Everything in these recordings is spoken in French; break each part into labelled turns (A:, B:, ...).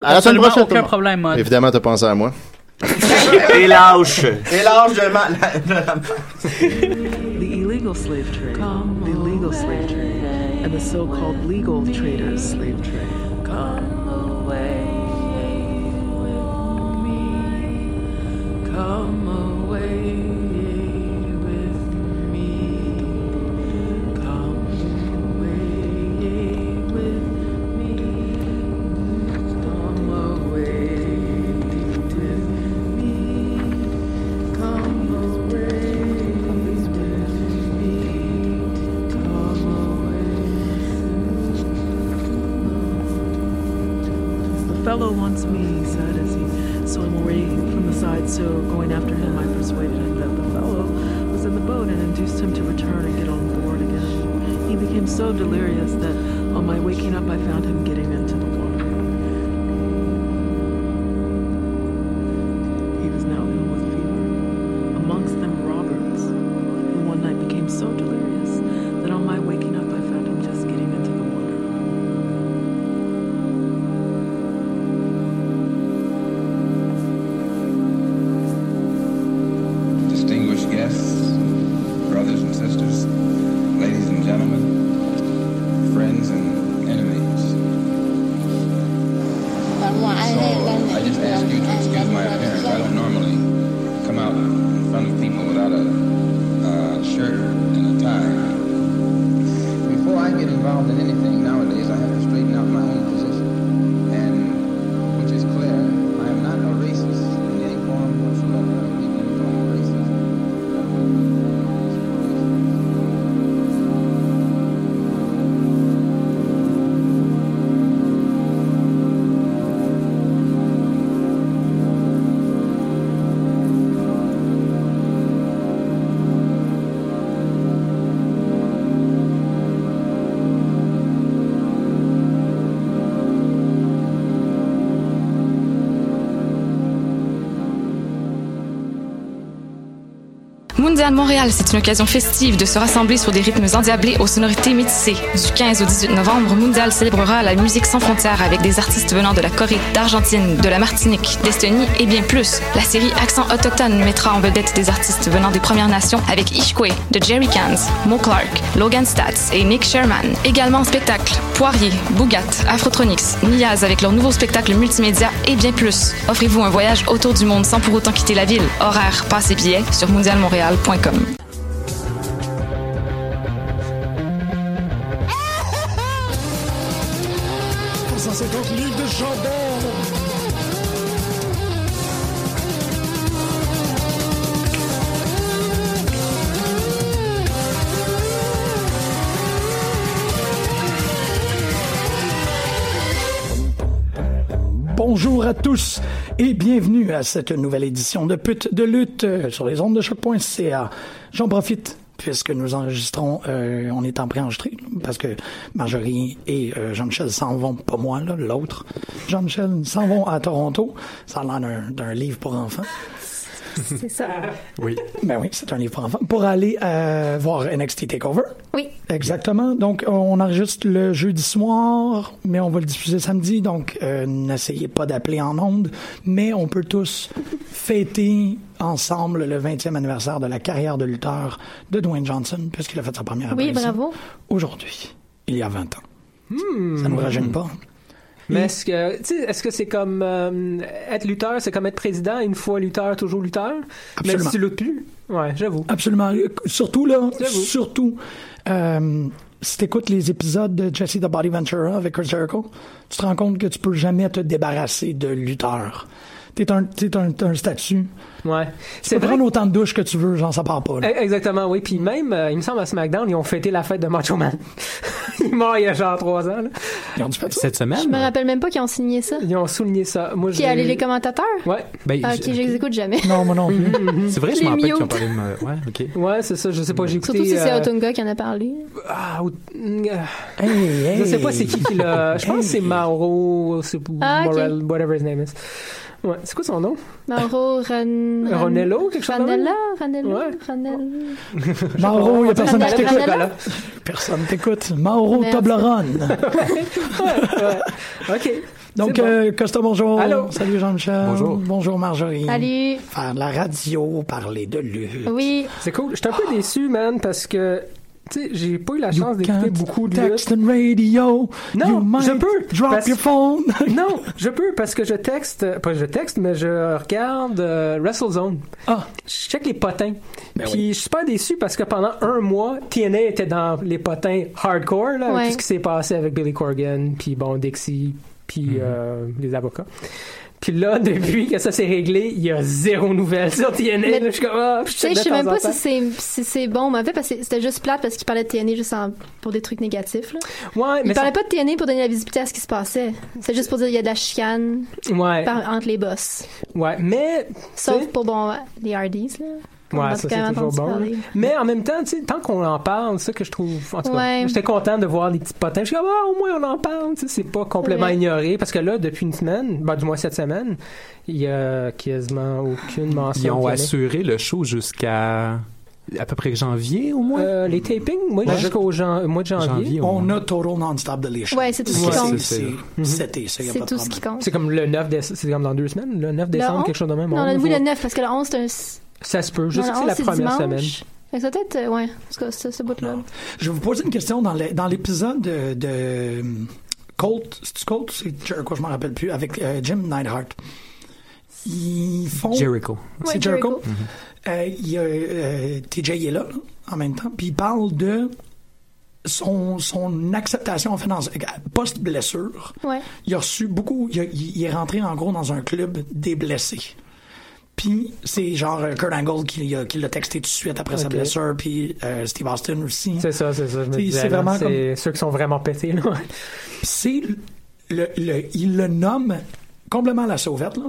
A: À la semaine
B: Absolument
A: prochaine. tout le
B: aucun
A: monde.
B: problème, Mode.
A: Évidemment, t'as pensé à moi.
C: Et lâche.
D: Et l'âge de ma... la- de la-
E: The illegal slave trade, the legal slave trade, and the so called legal traders' slave trade. Come away with me. Come away with me. Come away with me. Come away with me. Come away with me. Come away. The fellow wants me, he said as he swam away from the side, so going after him, I persuaded him that the fellow was in the boat and induced him to return and get on board again. He became so delirious that on my waking up, I found him getting into the water. He was now ill with fever amongst them Roberts, who one night became so delirious that on my waking up I found him just getting into the water.
F: distinguished guests, brothers and sisters, ladies and gentlemen, friends and enemies. So uh, I just ask you to excuse my appearance. I don't normally come out in front of people without a uh, shirt and a tie. Before I get involved in anything nowadays, I have to straighten out my own position, and which is clear, I am not a racist in any form whatsoever. I don't even condone racism.
G: Mondial Montréal, c'est une occasion festive de se rassembler sur des rythmes endiablés aux sonorités métissées. Du 15 au 18 novembre, Mondial célébrera la musique sans frontières avec des artistes venant de la Corée, d'Argentine, de la Martinique, d'Estonie et bien plus. La série Accent autochtone mettra en vedette des artistes venant des Premières Nations avec Ishkwe, de Jerry Cans, Mo Clark, Logan Stats et Nick Sherman. Également en spectacle, Poirier, Bougat, Afrotronics, Niaz avec leur nouveau spectacle multimédia et bien plus. Offrez-vous un voyage autour du monde sans pour autant quitter la ville. Horaire, passe et billets sur mondialmontréal.com.
H: Bonjour à tous et bienvenue à cette nouvelle édition de Pute de lutte euh, sur les ondes de choc.ca. J'en profite puisque nous enregistrons, euh, on est en préenregistré parce que Marjorie et euh, Jean-Michel s'en vont, pas moi là, l'autre. Jean-Michel s'en vont à Toronto. Ça a l'air d'un- d'un livre pour enfants.
I: C'est ça.
H: Ben oui, c'est un livre pour enfants. Pour aller euh, voir NXT Takeover.
I: Oui.
H: Exactement. Donc, on enregistre le jeudi soir, mais on va le diffuser samedi. Donc, euh, n'essayez pas d'appeler en ondes, mais on peut tous fêter ensemble le 20e anniversaire de la carrière de lutteur de Dwayne Johnson, puisqu'il a fait sa première
I: Oui,
H: apparition
I: bravo.
H: Aujourd'hui, il y a 20 ans. Ça ne nous rajeune pas.
J: Mais est-ce que tu sais, est-ce que c'est comme euh, être lutteur, c'est comme être président, une fois lutteur, toujours lutteur, même
H: Absolument.
J: si tu luttes plus. Ouais, j'avoue.
H: Absolument. Surtout, là,
J: J'avoue.
H: surtout, euh, si t'écoutes les épisodes de Jesse the Body Ventura avec Chris Jericho, tu te rends compte que tu peux jamais te débarrasser de lutteur. T'es un, t'es un, t'es un statut.
J: Ouais.
H: Tu peux prendre autant de douches que tu veux, genre, ça part pas. là.
J: Eh, Exactement, oui. Puis même, euh, il me semble à SmackDown, ils ont fêté la fête de Macho Man. il est mort il y a genre trois ans. là.
H: Ils ont dû faire ça.
K: Cette
I: Je me
K: semaine?
I: rappelle même pas qu'ils ont signé ça.
J: Ils ont souligné ça. Moi,
I: Qui
J: je l'ai
I: allé
J: lu.
I: les commentateurs?
J: Ouais,
K: Ben,
I: Ah,
K: je-
I: ok, je les écoute jamais.
H: Non, moi non plus.
K: C'est vrai, je me
I: Je l'ai
K: rappelle
I: mis
K: qu'ils ont
I: au-
K: parlé de me- Ouais, ok.
J: ouais, c'est ça. Je sais pas, j'ai écouté.
I: Surtout si c'est
J: euh,
I: Otunga qui en a parlé.
J: ah, ou- euh,
H: Hey, hey.
J: Je sais pas c'est qui qui l'a. Je pense que c'est Mauro, c'est
I: Ah, ok.
J: Morel, whatever his name is. Ouais, c'est quoi son nom?
I: Mauro Ran... Ran-
J: Ronello, quelque chose comme ça?
I: Ranella, Ranella,
J: Ouais.
I: Ranella. Oh,
J: Oh,
H: Mauro, il y a personne qui
I: Ranella,
H: t'écoute.
I: Ranella.
H: Personne t'écoute. Mauro
I: Merde.
H: Toblerone.
J: Ok.
H: Donc,
J: C'est bon.
H: euh, Costa, bonjour.
J: Allô.
H: Salut Jean-Michel.
A: Bonjour.
H: Bonjour Marjorie.
I: Salut.
H: Faire de la radio, parler de lutte.
I: Oui.
J: C'est cool. J'étais un peu déçu, man, parce que, tu sais, j'ai pas eu la
H: You
J: chance d'écouter
H: can't
J: beaucoup de lutte.
H: text and radio.
J: Non,
H: You might
J: je peux,
H: Drop
J: parce-
H: your phone.
J: Non, je peux parce que je texte, pas je texte, mais je regarde euh, WrestleZone.
H: Ah.
J: Je check les potins.
H: Ben
J: Puis je suis pas déçu parce que pendant un mois, TNA était dans les potins hardcore, là, avec
I: Ouais.
J: tout ce qui s'est passé avec Billy Corgan, puis bon, Dixie, puis
H: Mm-hmm.
J: euh, les avocats. Puis là, depuis que ça s'est réglé, il y a zéro nouvelle sur TNA.
I: Mais-
J: là, je suis comme, ah, puis
I: Tu sais,
J: check
I: je
J: de
I: sais
J: temps
I: même
J: en
I: pas
J: temps.
I: si c'est si c'est bon ou mauvais parce que c'était juste plate parce qu'il parlait de TNA juste en- pour des trucs négatifs. Là.
J: Ouais,
I: Il
J: mais
I: parlait pas de TNA pour donner la visibilité à ce qui se passait. C'est juste pour dire qu'il y a de la chicane
J: ça- ouais,
I: par- entre les boss.
J: ouais, mais
I: Sauf
J: C'est-
I: pour bon, les Hardys. Là. On
J: Ouais,
I: a
J: ça
I: quand
J: c'est
I: même
J: toujours
I: entendu
J: bon.
I: parler.
J: Mais en même temps, tu sais, tant qu'on en parle, c'est ça que je trouve. En tout cas,
I: Ouais.
J: j'étais content de voir les petits potins. Je suis comme, ah, au moins on en parle. Tu sais, c'est pas complètement
I: Ouais.
J: ignoré parce que là, depuis une semaine, bah du moins cette semaine, il y a quasiment aucune mention.
A: Ils ont
J: qu'il y en ait.
A: assuré le show jusqu'à à peu près janvier au moins.
J: Euh, les tapings, moi,
A: Ouais.
J: jusqu'au jan- mois de Euh, janvier.
A: janvier au
H: On
A: moins.
H: a Total Non-Stop Deletion.
I: Ouais, c'est tout ce qui
A: Ouais,
I: compte.
A: c'est-
H: C'est- Mhm. C'était ça, y a
I: C'est
H: pas de
I: tout ce
H: problème.
I: qui compte.
J: C'est comme le 9 décembre, c'est comme dans deux semaines, le 9 décembre,
I: Le
J: quelque chose de même.
I: Non,
J: On
I: le, oui,
J: va-
I: le 9, parce que le 11, c'est un.
J: Ça se peut, je
I: non,
J: sais
I: le
J: que c'est la
I: 11,
J: première
I: dimanche.
J: semaine.
I: Fait que ça peut être. euh, Ouais, en tout cas, ce, ce bout-là.
H: Non. Je vais vous poser une question dans l'é- dans l'épisode de, de hum, Colt, c'est-tu Colt ou c'est Jericho, je m'en rappelle plus, avec euh, Jim Neidhart. Ils font...
A: Jericho.
I: Ouais,
H: c'est Jericho. Euh, il y a, euh, TJ est là, là, en même temps, puis il parle de son, son acceptation en fait dans- post-blessure.
I: Ouais.
H: Il a reçu beaucoup... Il, a- il- il est rentré, en gros, dans un club des blessés. Puis c'est genre euh, Kurt Angle qui, l'a- qui l'a texté tout de suite après sa
J: Ok.
H: blessure, puis euh, Steve Austin aussi.
J: C'est ça, c'est ça. je me
H: C'est-
J: disais,
H: c'est
J: là,
H: vraiment
J: c'est ceux qui sont vraiment pétés. Là.
H: c'est le, le- il le nomme complètement la sauvette là,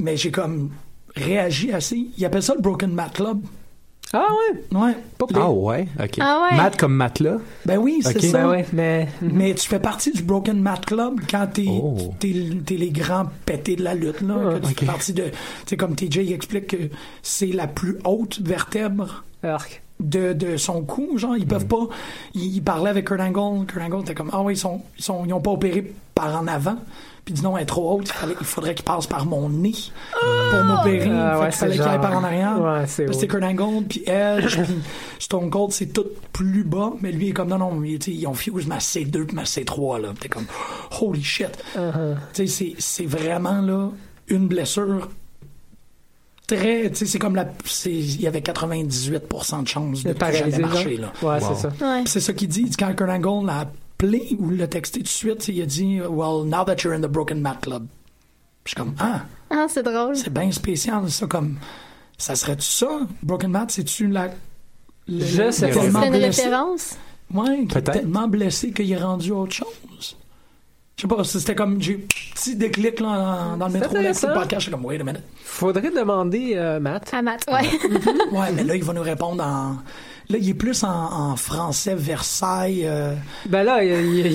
H: mais j'ai comme réagi assez. Il appelle ça le Broken Mat Club.
J: Ah ouais,
H: Ouais.
J: pas pire.
A: Ah ouais, ok.
I: Ah ouais.
A: Matt comme matelas.
H: Ben oui, c'est
A: Ok.
H: ça.
J: Ben ouais, mais
H: Mais tu fais partie du Broken Mat Club quand t'es
A: Mhm. Oh.
H: t'es t'es les grands pétés de la lutte là.
J: Ah,
H: que tu fais
A: ok.
H: partie de, c'est comme TJ il explique que c'est la plus haute vertèbre
J: arc.
H: de, de son cou, genre, ils peuvent
A: Mhm.
H: pas. Il, il parlait avec Kurt Angle. Kurt Angle était comme Ah oui, ils sont, ils sont, ils ont pas opéré par en avant. Puis il dit non, elle est trop haute. Il, fallait- il faudrait qu'il passe par mon nez pour m'opérer.
J: Ah,
H: Fait
J: ouais,
H: qu'il
J: c'est
H: fallait qu'il
J: genre-
H: aille par en arrière.
J: Ouais, c'est
H: Puis
J: haut.
H: C'était Kurt Angle, puis Edge, puis Stone Cold, c'est tout plus bas. Mais lui, il est comme non, non, il- tu sais, ils ont fuse ma C2 puis ma C3. là. T'es comme Holy shit. Tu sais, c'est- c'est vraiment là une blessure très. Tu sais, c'est comme la. c'est- Il y avait 98% de chance de que
J: paralysé,
H: j'allais
J: genre.
H: marcher. Là.
J: Ouais,
A: Wow.
J: c'est ça.
I: Ouais.
H: Puis C'est ça qu'il dit. Il dit, Quand Kurt Angle l'a appelé ou l'a texté tout de suite, il a dit Well, now that you're in the Broken Mat Club. Puis Je suis comme Ah,
I: Ah, c'est drôle.
H: c'est bien spécial, ça. Comme, ça serait-tu ça Broken Mat, c'est-tu la. le-
J: Je sais
A: pas.
H: tellement
I: C'est une
H: blessé-
I: référence.
H: Ouais, qui est
A: Peut-être.
H: tellement blessé qu'il est rendu à autre chose. Je sais pas, c'était comme. J'ai eu un petit déclic là, dans, dans le
J: C'est
H: métro, là, écouter le
J: intéressant.
H: podcast. Je suis comme Wait a minute.
J: Faudrait demander, euh, Matt.
I: À Matt, ouais.
H: Ouais, mais là, il va nous répondre en. Là, il est plus en, en français Versailles. euh,
J: Ben là, il, il-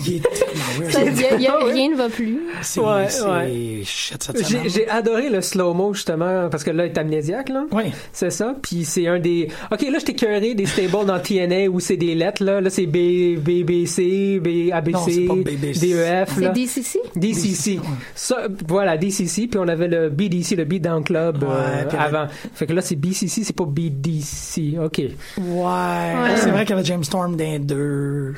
J: il-
H: il est tellement weird.
I: Ça, il y a- il y a-
J: Ah ouais.
I: rien ne va plus.
H: C'est.
J: Ouais,
H: c'est-
J: ouais.
H: Shit, cette semaine.
J: j'ai, j'ai adoré le slow-mo, justement, parce que là, il est amnésiaque, là.
H: Ouais.
J: C'est ça, puis c'est un des... OK, là, je t'ai curé des stables dans TNA où c'est des lettres, là. Là, c'est B, BBC, B,
H: Non, c'est
J: ABC,
H: pas BBC.
J: DEF,
I: C'est
J: là.
I: DCC?
J: DCC. Ça, voilà, DCC, puis on avait le BDC, le Beat Down Club, euh,
H: Ouais, puis
J: avant. Fait que là, c'est BCC, c'est pas BDC. OK.
H: Ouais. C'est vrai qu'il y avait James Storm dans les deux.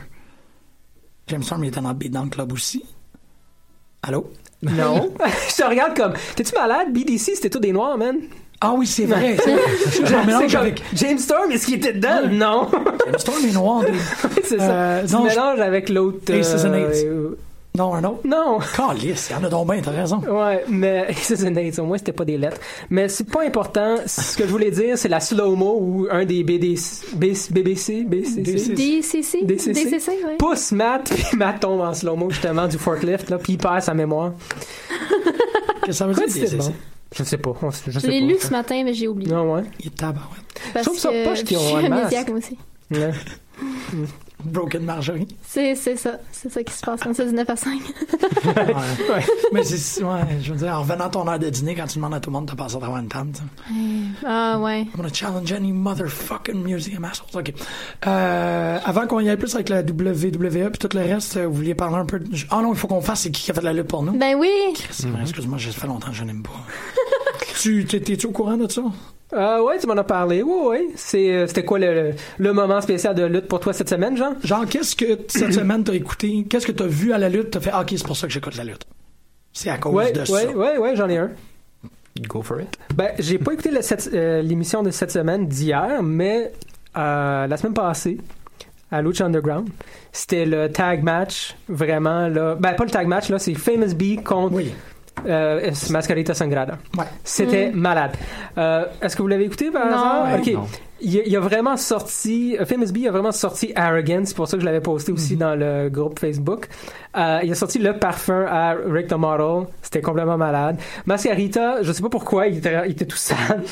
H: James Storm, il était dans, dans le club aussi. Allô?
J: Non. je te regarde comme... T'es-tu malade? BDC, c'était tout des Noirs, man.
H: Ah oui, c'est vrai. Je me
J: C'est
H: mélange
J: comme,
H: avec.
J: James Storm, est-ce qu'il était dedans? Non.
H: James Storm est noir. dude.
J: c'est ça.
H: Euh,
J: tu
H: non, je-
J: mélanges avec l'autre.
H: Aces and Eights.
J: euh,
H: Non, un autre.
J: Non.
H: Calice, il y en a donc bien, t'as raison.
J: Ouais, mais Aces and Eights, au moins, c'était pas des lettres. Mais c'est pas important. Ce que je voulais dire, c'est la slow-mo ou un des BDC, BBC, BCC.
I: DCC?
J: DCC.
I: DCC, ouais.
J: Pousse Matt, puis Matt tombe en slow-mo, justement, du forklift, là, puis il perd sa mémoire.
H: Qu'est-ce que ça veut
J: Quoi,
H: dire?
J: c'est
H: c'est-
J: bon? Je sais pas. on- Je
I: Je
J: sais
I: l'ai
J: pas.
I: lu ce matin, mais j'ai oublié.
J: Non, ouais.
H: c'est- Il est tabarouette.
I: Parce
J: trouve ça
I: que
J: poche qu'ils
I: je
J: ont
I: suis
J: un masque.
I: amnésiaque, moi aussi.
J: Ouais.
H: Broken Marjorie.
I: C'est c'est ça. C'est ça qui se passe quand c'est 19 à 5.
H: Ouais. Mais c'est, ouais, je veux dire, en revenant à ton heure de dîner, quand tu demandes à tout le monde de passer à travers une table, tu sais.
I: ah ouais.
H: I'm gonna challenge any motherfucking museum assholes. OK. Euh, avant qu'on y aille plus avec la WWE puis tout le reste, euh, vous vouliez parler un peu de... Ah non, il faut qu'on fasse, c'est qui qui a fait de la lutte pour nous?
I: Ben oui.
H: C'est vrai, Excuse-moi, ça fait longtemps que je n'aime pas. tu, t'es, t'es-tu au courant de ça?
J: Ah ouais, tu m'en as parlé. Ouais, ouais. C'est, euh, c'était quoi le, le moment spécial de lutte pour toi cette semaine, Jean?
H: Genre, qu'est-ce que t- cette semaine t'as écouté? Qu'est-ce que t'as vu à la lutte? T'as fait, ah, OK, c'est pour ça que j'écoute la lutte. C'est à cause
J: Ouais,
H: Oh, de ça.
J: ouais, ouais, ouais, j'en ai un.
A: Go for it.
J: Ben, j'ai pas écouté la- cette- euh, l'émission de cette semaine d'hier, mais euh, la semaine passée, à Lucha Underground, c'était le tag match, vraiment, là. Ben, pas le tag match, là, c'est Famous B contre
H: Oui.
J: euh, Es Mascarita Sangrada.
H: Ouais.
J: C'était malade. Euh, Est-ce que vous l'avez écouté par hasard?
A: Ouais,
J: Ok.
A: non.
J: Il, a- il a vraiment sorti, euh, Famous B a vraiment sorti Arrogance, c'est pour ça que je l'avais posté
H: Mhm.
J: aussi dans le groupe Facebook. Euh, il a sorti le parfum à Rick the Model, c'était complètement malade. Mascarita, je sais pas pourquoi, il était, il était tout sale.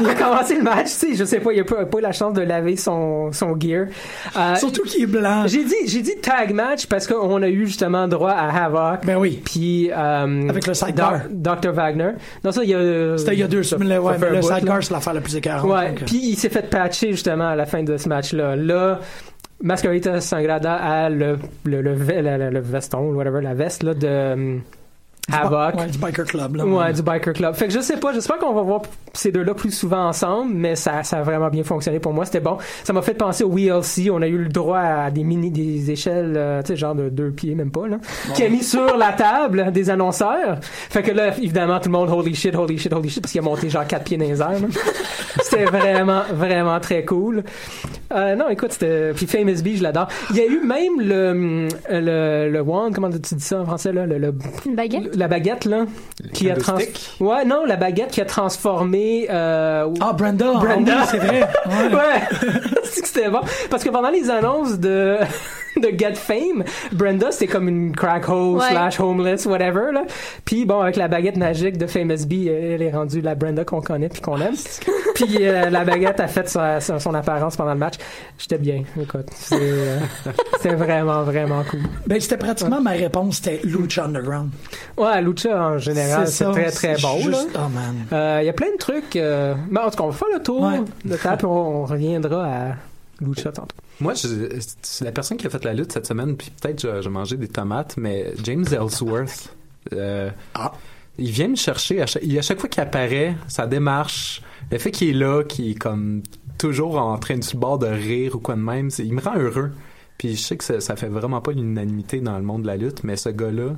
J: il a commencé le match, tu sais, je sais pas, il a pas, pas eu la chance de laver son, son gear. Euh,
H: Surtout qu'il est blanc.
J: j'ai dit, j'ai dit tag match parce qu'on a eu justement droit à Havoc.
H: Ben oui.
J: Puis euh,
H: Avec le sidecar.
J: Doc- Dr Wagner. Non ça il y a
H: C'était il y a deux
J: ça-
H: semaines. là,
J: ça
H: Ouais,
J: fait
H: mais
J: un
H: le
J: bout, là.
H: sidecar, c'est l'affaire la plus écœurante.
J: Ouais,
H: donc, euh,
J: puis il s'est fait patcher justement à la fin de ce match là. Là Mascarita Sangrada a le le, le, ve- la- la- le veston whatever la veste là de euh,
H: du bi-
J: Havoc.
H: Ouais, du biker club. Là,
J: Ouais, du Biker Club. Fait que je sais pas, j'espère qu'on va voir ces deux-là plus souvent ensemble, mais ça, ça a vraiment bien fonctionné pour moi. C'était bon. Ça m'a fait penser au WLC. On a eu le droit à des mini, des échelles, euh, tu sais, genre de deux pieds, même pas, là, qui a mis sur la table des annonceurs. Fait que là, évidemment, tout le monde, holy shit, holy shit, holy shit, parce qu'il a monté genre quatre pieds dans les airs, là. C'était vraiment, vraiment très cool. Euh, non, écoute, c'était. Puis Famous Bee, je l'adore. Il y a eu même le. hum, Le, le one, comment tu dis ça en français, là? Le, le-
I: Une baguette.
J: la baguette, là. Qui a trans...
A: candlestick?
J: Ouais, non, la baguette qui a transformé. euh,
H: Ah, Brenda.
J: Brenda.
H: ah oui, c'est vrai. Ouais.
J: Ouais, c'est que c'était bon. Parce que pendant les annonces de de Get Fame, Brenda c'était comme une crack hole
I: Ouais.
J: slash homeless whatever là. Puis bon avec la baguette magique de Famous B, elle est rendue la Brenda qu'on connaît puis qu'on aime. Puis euh, la baguette a fait sa- sa- son apparence pendant le match. J'étais bien, écoute, c'est euh, c'était vraiment vraiment cool.
H: Ben, c'était pratiquement ma réponse, c'était Lucha Underground.
J: Ouais, Lucha en général c'est
H: ça,
J: très très
H: c'est
J: beau là.
H: juste- Oh man.
J: Il y a plein de trucs. Euh... Mais en tout cas, on va faire le tour
H: Ouais.
J: de table, puis on, on reviendra à Lucha tantôt.
A: Moi, je- c'est la personne qui a fait la lutte cette semaine, puis peut-être je, je mangeais des tomates, mais James Ellsworth, euh,
H: Ah.
A: il vient me chercher. À chaque, il- à chaque fois qu'il apparaît, sa démarche, le fait qu'il est là, qu'il est comme toujours en train de sur le bord de rire ou quoi de même, c'est- il me rend heureux. Puis je sais que ça, ça fait vraiment pas l'unanimité dans le monde de la lutte, mais ce gars-là,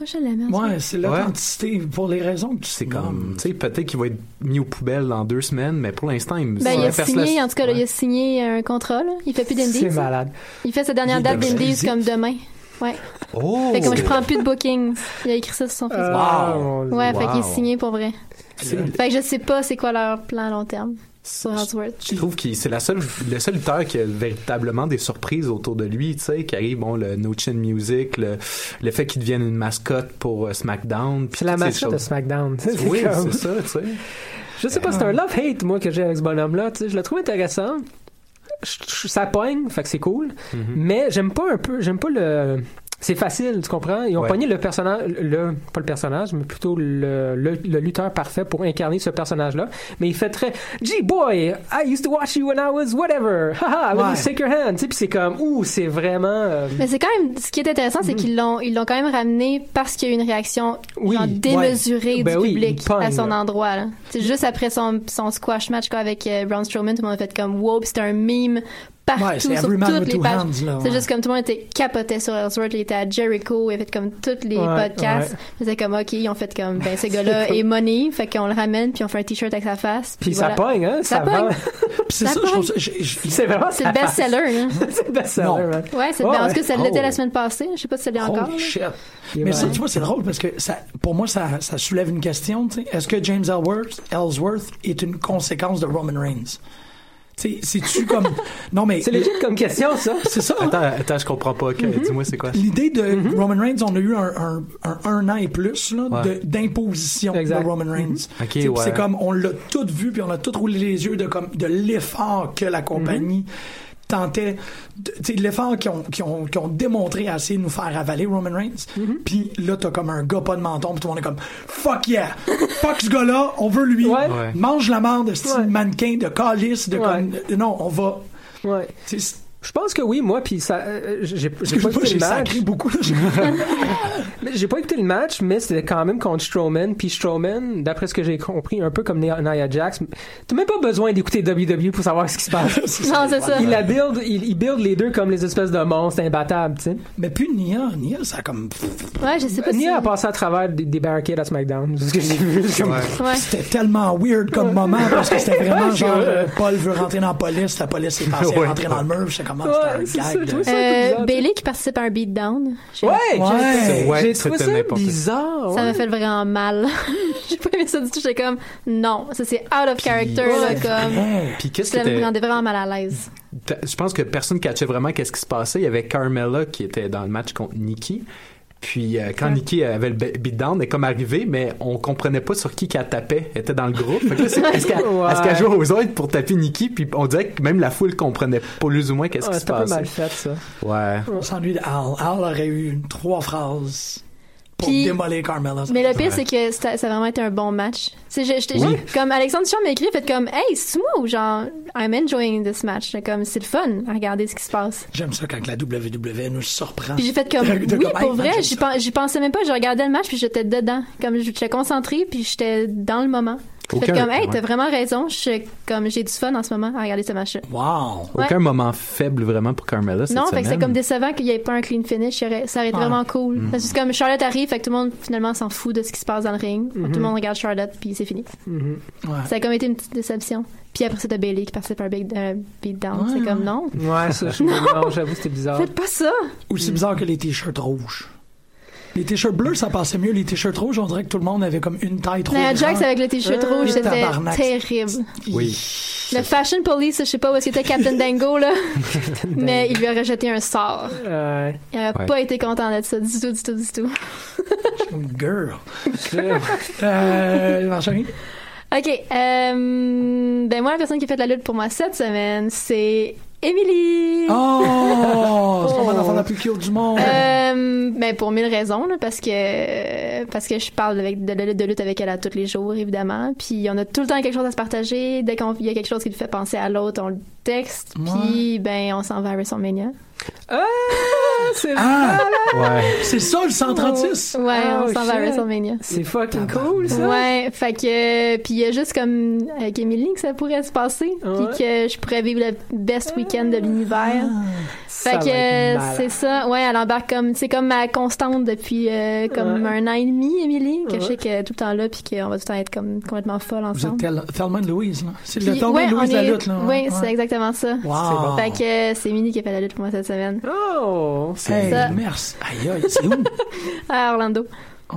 I: Moi je l'aime. en tout cas.
H: Ouais, c'est l'authenticité pour les raisons que tu
A: c'est comme, tu sais, peut-être qu'il va être mis aux poubelles dans deux semaines, mais pour l'instant, il me
I: Ben, il a
A: perce la-
I: signé, en tout cas, là, il
A: Ouais.
I: a signé un contrat, là. Il fait plus
J: C'est
I: d'indies.
J: malade.
I: Il fait sa dernière date
A: Il est
I: d'indies
A: exclusif.
I: comme demain. Ouais.
A: Oh!
I: Fait que moi, je prends plus de bookings. Il a écrit ça sur son Facebook.
J: Ah, mon Dieu.
I: Ouais, fait
A: Wow.
I: qu'il est signé pour vrai.
A: C'est-
I: Fait que je sais pas c'est quoi leur plan à long terme sur Houseworth.
A: Je trouve que c'est la seule, le seul lutteur qui a véritablement des surprises autour de lui, tu sais, qui arrive, bon, le No Chin Music, le, le fait qu'il devienne une mascotte pour euh, SmackDown. puis
J: C'est la
A: toutes ces
J: mascotte de
A: choses.
J: SmackDown. C'est
A: Oui,
J: comme-
A: c'est ça, tu sais.
J: Je sais pas, c'est un love-hate, moi, que j'ai avec ce bonhomme-là. tu sais. Je le trouve intéressant. Je- je- Ça pogne, fait que c'est cool.
H: Mm-hmm.
J: Mais j'aime pas un peu, j'aime pas le. C'est facile, tu comprends? Ils ont
A: Ouais.
J: pogné le personnage, le, pas le personnage, mais plutôt le, le, le lutteur parfait pour incarner ce personnage-là. Mais il fait très, G-boy, I used to watch you when I was whatever. Haha, let me
H: Ouais.
J: shake your hand. Tu sais, puis c'est comme, ouh, c'est vraiment. euh,
I: Mais c'est quand même, ce qui est intéressant, c'est qu'ils l'ont, ils l'ont quand même ramené parce qu'il y a eu une réaction
J: Mm. Oui,
I: genre, démesurée
J: ouais.
I: du
J: Ben oui,
I: public
J: il pogne,
I: à son
J: là.
I: endroit. là. C'est juste après son, son squash match quoi, avec euh, Braun Strowman, tout le monde a fait comme wow, puis c'était un meme partout
H: Ouais, c'est
I: Ah, sur
H: Every Man
I: toutes
H: with
I: les
H: Two
I: pages.
H: Hands, là.
I: C'est
H: ouais.
I: juste comme tout le monde était capoté sur Ellsworth, il était à Jericho, il avait fait comme tous les
J: Ouais,
I: podcasts.
J: ouais.
I: C'était comme ok, ils ont fait comme ben ce gars-là est money, fait qu'on le ramène puis on fait un t-shirt avec sa face.
J: Puis
I: voilà.
J: ça pogne, hein?
I: Ça
J: Ça, vend.
I: pogne.
H: Puis c'est
I: Ça
H: ça, je
I: pogne.
H: trouve ça- je- je-
J: C'est vraiment
I: C'est le
J: ça.
I: best-seller. hein.
J: C'est le best-seller,
H: Non.
J: man.
I: Ouais, c'est ben,
J: Ouais,
I: parce que ça l'était
A: Oh.
I: la semaine passée. Je sais pas si ça l'est encore.
H: Holy
I: là.
H: shit.
J: Il est
H: Mais
J: malade.
H: ça, tu vois, c'est drôle parce que ça, pour moi, ça, ça soulève une question. tu sais. Est-ce que James Ellsworth, Ellsworth est une conséquence de Roman Reigns? Tu sais, C'est-tu comme. Non, mais.
J: C'est legit comme question, ça.
H: C'est ça. hein?
A: Attends, attends, je comprends pas. que-
J: Mm-hmm.
A: Dis-moi, c'est quoi?
H: L'idée de
J: Mhm.
H: Roman Reigns, on a eu un, un, un, un an et plus là,
A: Ouais.
H: de- d'imposition de,
J: Exact. Mhm.
H: Roman Reigns.
A: Ok,
H: Tu sais, puis
A: ouais.
J: Mhm.
H: C'est comme on l'a tout vu, puis on a tout roulé les yeux de, comme, de l'effort que la compagnie tentaient, de- tu sais, l'effort qu'ils ont, qu'ils ont, qu'ils ont démontré à essayer de nous faire avaler Roman Reigns.
J: Mhm.
H: Puis là, t'as comme un gars pas de menton, puis tout le monde est comme fuck yeah, fuck ce gars-là, on veut lui,
J: Ouais.
A: Ouais.
H: mange la merde de style
J: Ouais.
H: mannequin, de calice, de
J: Ouais.
H: comme non, on va.
J: Ouais.
H: tu sais,
J: Je pense que oui, moi, puis ça. euh, j'ai j'ai pas
H: Excuse-moi,
J: écouté
H: j'ai
J: le match.
H: sacré beaucoup. là.
J: Mais J'ai pas écouté le match, mais c'était quand même contre Strowman. Puis Strowman, d'après ce que j'ai compris, un peu comme Nia Nia Jax, t'as même pas besoin d'écouter WWE pour savoir ce qui se passe.
I: Non, c'est ça.
J: Il la build, il, il build les deux comme les espèces de monstres imbattables, tu sais.
H: Mais puis Nia, Nia, ça a comme
I: Ouais, je sais pas si.
J: Nia a passé à travers des, des barricades à SmackDown, c'est ce que j'ai vu. C'est comme-
I: Ouais.
H: C'était tellement weird comme moment parce que c'était vraiment
J: Ouais,
H: genre
J: c'est vrai.
H: euh, Paul veut rentrer dans la police, la police est passée
A: Ouais.
H: rentrer dans le mur, c'est comment
J: Ouais,
H: c'était
J: c'est
H: un
J: ça,
H: gag.
J: je
H: de-
J: trouve ça
I: Euh,
J: bizarre.
I: Bailey qui participe à un beatdown. J'ai-
J: Ouais,
H: Ouais.
J: j'ai-
A: Ouais,
J: j'ai trouvé
A: c'était
J: ça
A: n'importe quoi.
J: bizarre.
I: Ça
J: ouais.
I: m'a fait vraiment mal. J'ai pas aimé ça du tout. J'étais comme, non, ça c'est out of character, là, comme.
H: Ouais.
A: Puis qu'est-ce qui
I: Ça me
A: était...
I: rendait vraiment mal à l'aise.
A: Ta- Je pense que personne catchait vraiment qu'est-ce qui se passait. Il y avait Carmella qui était dans le match contre Nikki. Puis euh, quand Nikki avait le be- beatdown, elle est comme arrivée, mais on comprenait pas sur qui qu'elle tapait. Elle était dans le groupe. Fait que là, c'est- Est-ce qu'elle
J: Ouais.
A: est-ce qu'elle jouait aux autres pour taper Nikki? Puis on dirait que même la foule comprenait pas plus ou moins qu'est-ce
J: Ouais,
A: qui se
J: C'était un peu
A: passait.
J: mal fait, ça.
A: Ouais.
H: On s'ennuie de Al. Al aurait eu trois phrases pour
I: Puis-
H: démolir Carmella.
I: Mais le pire, c'est que ça, ça a vraiment été un bon match. Tu sais, j'ai- j'étais- j'ai- Comme Alexandre Duchamp m'a écrit, fait comme, hey, c'est moi ou genre, I'm enjoying this match. J'étais Comme, c'est le fun à regarder ce qui se passe.
H: J'aime ça quand la WWE nous surprend.
I: Puis j'ai fait comme,
H: De- de
I: oui,
H: comme,
I: pour
H: hey,
I: vrai,
H: j'aime
I: j'y
H: ça.
I: pen- j'y pensais même pas. Je regardais le match, puis j'étais dedans. Comme, j'étais concentrée, puis j'étais dans le moment. J'ai fait
A: Aucun-
I: comme, hey,
A: ouais.
I: t'as vraiment raison. Je suis comme, j'ai du fun en ce moment à regarder ce match-là.
H: Wow.
I: Ouais.
A: Aucun moment faible vraiment pour Carmella cette
I: Non, fait
A: semaine. Mm.
I: que c'est comme décevant qu'il n'y ait pas un clean finish. Il aurait- Ça aurait été
H: Ah.
I: vraiment cool. Parce que c'est comme Charlotte arrive, fait que tout le monde finalement s'en fout de ce qui se passe dans le ring.
A: Mm-hmm.
I: Tout le monde regarde Charlotte, puis c'est fini.
H: Ouais.
I: Ça a comme été une petite déception. Puis après, c'était Bailey qui participe à un big- un beatdown.
H: Ouais,
I: c'est comme
H: ouais.
I: non.
J: Ouais, ça, je non, j'avoue, c'était
A: Ah.
J: bizarre.
I: Faites pas ça!
H: Aussi
I: Mm.
H: bizarre que les t-shirts rouges. Les t-shirts bleus, ça passait mieux. Les t-shirts rouges, on dirait que tout le monde avait comme une taille trop
I: Nia
H: grande.
I: Jax avec le t-shirt rouge, c'était
H: tabarnak.
I: terrible.
A: Oui.
I: Le Fashion Police, je sais pas où est-ce qu'il était Captain Dango, là. Mais il lui a rejeté un sort.
J: Euh,
I: Il aurait
A: Ouais.
I: pas été content de ça, du tout, du tout, du tout.
H: Girl.
J: je-
H: Euh, Marjorie?
I: OK. euh, ben moi, la personne qui a fait la lutte pour moi cette semaine, c'est Émilie.
H: Oh! C'est pas mon enfant la plus cute du monde.
I: Oh! Euh, ben pour mille raisons, là, parce que parce que je parle avec, de, de- de lutte avec elle à tous les jours, évidemment. Puis on a tout le temps quelque chose à se partager. Dès qu'il y a quelque chose qui lui fait penser à l'autre, on le texte. Puis ben on s'en va à WrestleMania.
J: Ah, c'est
H: Ah!
A: Ouais.
H: C'est ça le 136?
I: Ouais,
J: Oh,
I: on s'en va à
J: shit.
I: WrestleMania.
J: c'est fucking cool, ça.
I: Ouais, fait que puis il y a juste comme avec Emily que ça pourrait se passer,
J: Ouais. Ah.
I: puis que je pourrais vivre le best week-end de l'univers.
J: Ça
I: Fait
J: va
I: que
J: être
I: euh,
J: malade.
I: c'est ça, ouais, elle embarque comme c'est comme ma constante depuis euh, comme
J: Ouais.
I: un an et demi, Émilie, que
J: Ouais.
I: je sais qu'elle est tout le temps là puis qu'on va tout le temps être comme complètement folle
H: Vous êtes
I: ensemble.
H: tel- Thelma de Louise, là. C'est
I: Puis,
H: le Thelma
I: ouais,
H: de Louise
I: on
H: de la
I: est-
H: lutte, là. hein.
I: Ouais, c'est exactement ça.
H: Wow.
I: Fait que euh, c'est Émilie qui a fait la lutte pour moi cette semaine
J: Oh!
H: Hey,
I: ça.
H: merci. Aïe, aïe, c'est où?
I: à Orlando.
H: Oh.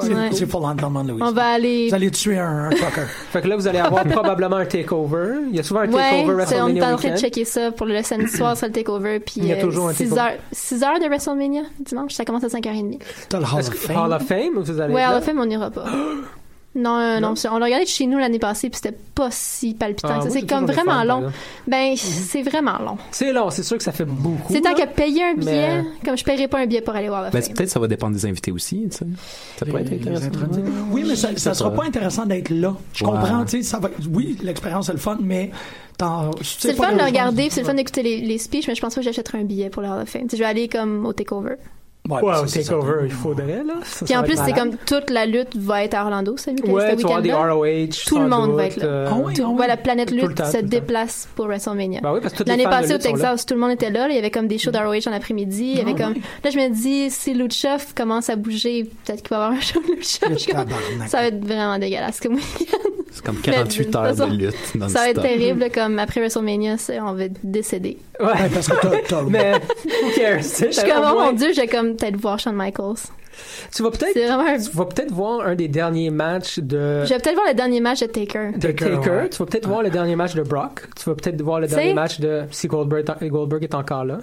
I: Ouais.
H: C'est c'est full on Thelma de Louise.
I: On va aller
H: Vous allez tuer un, un fucker.
J: Fait que là, vous allez avoir probablement un takeover. Il y a souvent un
I: Ouais,
J: takeover
I: c'est- on est
J: WrestleMania
I: en train de
J: weekend.
I: checker ça pour le samedi soir sur le takeover. Puis
J: Il y a toujours un
I: 6
J: takeover.
I: heures, six heures de WrestleMania dimanche, ça commence à 5h30.
H: T'as le Hall
J: Est-ce
H: of
J: que-
H: Fame.
J: Hall of Fame, vous allez
I: Ouais,
J: être
I: à
J: là?
I: la fin, mais on n'ira pas. Non, euh, non, on l'a regardé chez nous l'année passée, puis c'était pas si palpitant
J: Ah,
I: que ça.
J: moi,
I: C'est
J: j'ai
I: comme
J: toujours le
I: vraiment
J: fun, par
I: long.
J: exemple. Mhm.
I: Ben, c'est vraiment long.
J: C'est long, c'est sûr que ça fait beaucoup.
I: C'est tant
J: là.
I: qu'à payer un billet,
J: Mais- euh,
I: comme je paierais pas un billet pour aller voir la
A: Ben,
I: fin.
A: c'est- peut-être que ça va dépendre des invités aussi, tu sais. Ça pourrait être
H: Les- les
A: intéressant.
H: introduits. Oui, mais ça, ça sera
A: pas.
H: pas intéressant d'être là. Je
A: Ouais.
H: comprends, tu sais, ça va. Oui, l'expérience est le fun, mais t'en.
I: C'est le fun de le regarder, puis c'est le fun d'écouter les, les speeches, mais je pense pas que j'achèterai un billet pour l'heure de fin. Tu sais, je vais aller comme au takeover.
H: Ouais,
J: Ouais,
H: mais
J: au
H: ça, c'est
J: takeover,
H: certain.
J: il faudrait, là. Ça, ça
I: Puis
J: va
I: en plus,
J: être
I: c'est
J: malade.
I: comme toute la lutte va être à Orlando ce week-
J: Ouais,
I: ce
J: tu vas avoir des
I: week-end-là.
J: ROH.
I: Tout le
J: sans
I: monde va
J: doute,
I: être là.
J: euh,
H: Ah ouais, ah
I: Ouais,
H: ouais.
I: la planète
J: Tout le
I: lutte
J: temps,
I: se
J: tout le temps.
I: déplace pour WrestleMania.
J: Ben oui, parce que toutes les
I: L'année
J: fans de
I: passée au
J: lutte sont là.
I: Texas, tout le monde était là, là. Il y avait comme des shows d'ROH en après-midi. Il y avait comme. Là, je me dis, si Luchov commence à bouger, peut-être qu'il va y avoir un show de Luchov.
H: Le tabarnak.
I: Ça va être vraiment dégueulasse. comme-
A: C'est comme
I: Mais
A: 48
I: d'une
A: heures de
I: façon,
A: lutte. non-stop.
I: Ça va être terrible, là, comme après WrestleMania, c'est- on va décéder.
H: Ouais,
J: Ouais,
H: parce que t'as- t'as.
J: mais who cares?
I: Je suis comme, oh mon dieu, j'ai comme peut-être voir Shawn Michaels.
J: Tu vas peut-être
I: C'est vraiment un-
J: tu vas peut-être voir un des derniers matchs de.
I: Je vais peut-être voir le dernier match de Taker.
J: de
H: Taker,
J: Taker,
H: ouais.
J: tu vas peut-être voir le dernier match de Brock, tu vas peut-être voir le
I: C'est-
J: dernier match de si Goldberg, Goldberg est encore là.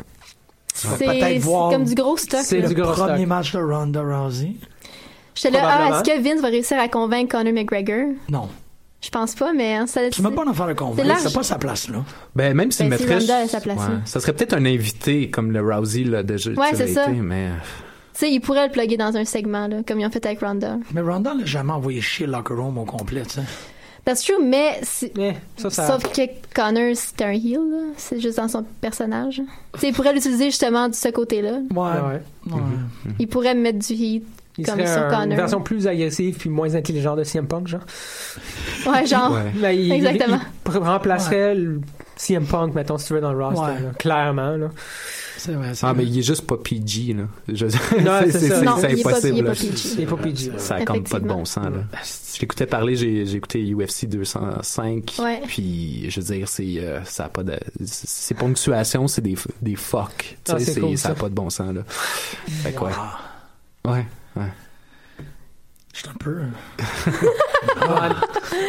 I: C'est
H: peut-être
I: c'est
H: voir-
I: comme du gros stock.
J: C'est
I: là.
J: du
H: Le
J: gros
H: premier
J: stock.
H: match de Ronda Rousey.
I: J'étais là, ah,
J: probablement.
I: est-ce que Vince va réussir à convaincre Conor McGregor?
H: Non.
I: Je pense pas, mais hein, ça.
H: C'est même pas une affaire de convaincre,
I: large.
H: c'est pas sa place, là.
A: Ben, même s'il
I: Ben, si
A: mettrait.
I: Ronda a sa place, oui.
A: ça serait peut-être un invité comme le Rousey là, de jeu.
I: Ouais,
A: tu
I: c'est
A: l'as
I: ça.
A: été, Mais euh,
I: Tu sais, ils pourraient le plugger dans un segment, là, comme ils ont fait avec Ronda.
H: Mais Ronda l'a jamais envoyé chier le locker room au complet, tu sais.
I: That's true, mais. c'est-
J: Mais Eh, ça, ça.
I: Sauf que Connor, c'est un heel, là. C'est juste dans son personnage. Tu sais, il pourrait l'utiliser justement de ce côté-là.
J: Ah Ouais. Mhm.
H: Ouais.
I: Il pourrait mettre du heat.
J: Il
I: Comme
J: serait
I: sur
J: un- une
I: Connor.
J: version plus agressive puis moins intelligente de CM Punk, genre.
I: Ouais, genre.
A: ouais.
J: Ben, il,
I: Exactement.
J: il pr- remplacerait le CM Punk, mettons, si tu veux, dans le roster,
H: Ouais.
J: là, clairement. Là.
H: C'est vrai, c'est
A: Ah,
H: vrai.
A: mais il est juste pas PG là. Je-
J: c'est ça.
I: Non,
A: c'est
I: il est pas- il est
A: impossible. là.
I: pas PG.
J: Il est pas PG. là.
A: Ça a comme pas de bon
I: Effectivement.
A: sens là. Je l'écoutais parler, j'ai j'ai écouté UFC 205.
I: Ouais.
A: Puis je veux dire, c'est euh, ça a pas de c'est ponctuation, c'est des des fuck. Tu
J: Ah,
A: sais,
J: c'est
A: c'est-
J: cool,
A: ça a
J: ça.
A: pas de bon sens là. Fait que ouais.
H: Ah,
A: Ouais.
H: je suis un peu. hein.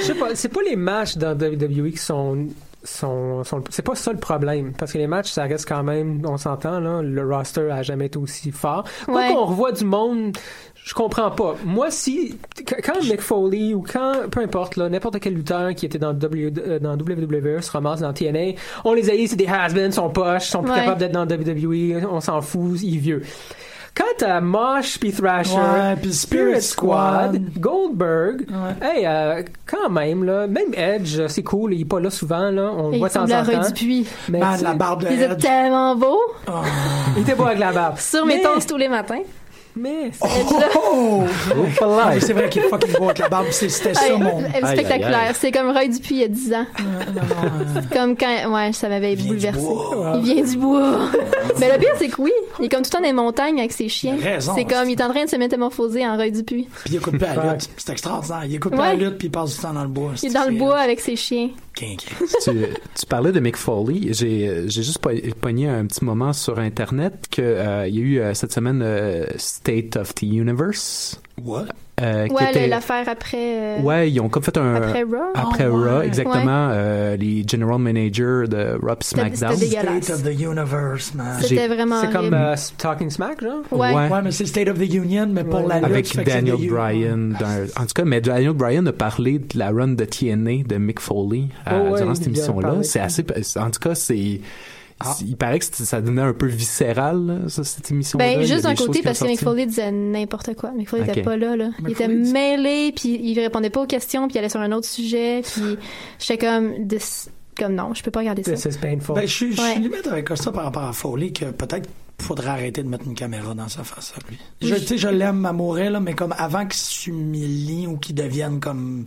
J: Je sais pas, c'est pas les matchs dans WWE qui sont. sont, sont- c'est pas ça le problème. Parce que les matchs, ça reste quand même, on s'entend, là, le roster a jamais été aussi fort. Quoi
I: Ouais.
J: qu'on revoit du monde, je comprends pas. Moi, si. qu- Quand Mick Foley ou quand. Peu importe, là, n'importe quel lutteur qui était dans, w, euh, dans WWE se ramasse dans TNA, on les haït, c'est des has-beens, sont poches, sont plus
I: Ouais.
J: capables d'être dans WWE, on s'en fout, ils vieux. Quand t'as Mosh puis Thrasher,
H: Ouais, puis Spirit Squad.
J: Goldberg,
H: Ouais.
J: hey, euh, quand même, là, même Edge, euh, c'est cool, il est pas là souvent, là, on le
I: Et
J: voit
I: il
J: de temps en
I: semble à Roy
J: temps.
I: Dupuis.
J: Mais
H: Man,
J: tu sais,
H: la barbe de
I: Il est
H: Edge.
I: tellement beau.
J: il était beau avec la barbe.
I: Sur
J: Mais-
I: mes toasts tous les matins.
J: Mais
H: Oh, oh, oh. Ouais, c'est vrai qu'il est fucking beau avec la barbe, c'est- c'était ça,
I: Ouais,
H: mon.
I: elle est
A: aïe, aïe.
I: spectaculaire. C'est comme Roy Dupuis il y a 10 ans.
H: hein.
I: Comme quand. Ouais, ça m'avait
H: vient du
I: bouleversé.
H: bois.
I: Il vient du bois. Mais le pire, c'est que oui. Il est comme tout le temps dans les montagnes avec ses chiens.
H: Il a raison,
I: C'est comme
H: c'est-
I: il est en train de se métamorphoser en Roy Dupuis.
H: Puis il écoute pas la
J: Ouais.
H: lutte. C'est extraordinaire. Il écoute pas la
I: Ouais.
H: lutte, puis il passe du temps dans le bois.
I: Il est dans le
H: C'est-
I: bois avec ses chiens.
H: Kinky.
A: tu, tu parlais de Mick Foley. J'ai euh, j'ai juste po- pogné un petit moment sur Internet que euh, il y a eu euh, cette semaine euh, State of the Universe.
H: What?
A: euh, qui
I: Ouais,
A: était-
I: le- l'affaire après. euh,
A: ouais, ils ont comme fait un
I: Après Raw. Oh,
A: après
H: Ah,
A: Raw,
H: ouais.
A: exactement euh, les general managers de Raw puis
I: C'était- c'était
A: SmackDown.
I: dégueulasse.
H: State of the Universe, man.
A: Ah, C'est- euh,
I: C'était vraiment.
J: c'est comme
I: horrible.
J: euh, Talking Smack, genre.
I: ouais.
H: Ouais, mais c'est State of the Union, mais pour
J: Ouais.
H: la lutte.
A: Avec
H: fait que c'est
A: Daniel
H: the U-
A: Bryan. dans- En tout cas, mais Daniel Bryan a parlé de la run de TNA de Mick Foley euh,
J: Oh ouais,
A: durant cette
J: il vient de
A: émission-là.
J: parler.
A: C'est assez. En tout cas, c'est.
H: Ah.
A: c'est- Il paraît que c'est- ça devenait un peu viscéral, là, ça, cette émission-là. Il y
I: Ben,
A: a
I: juste
A: des
I: d'un
A: choses qui
I: côté,
A: ont
I: parce que
A: sorti.
I: McFoley disait n'importe quoi. McFoley
A: Ok.
I: était pas là, là. Il était
H: McFoley dit-
I: mêlé, puis il répondait pas aux questions, puis il allait sur un autre sujet, puis j'étais comme, this- comme non, je peux pas regarder ça.
J: This is painful.
H: Ben, je suis je suis
I: Ouais.
H: limite avec ça par rapport à Foley que peut-être faudrait arrêter de mettre une caméra dans sa face à lui. Je, tu sais, je l'aime à mourir, là, mais comme avant qu'il s'humilie ou qu'il devienne comme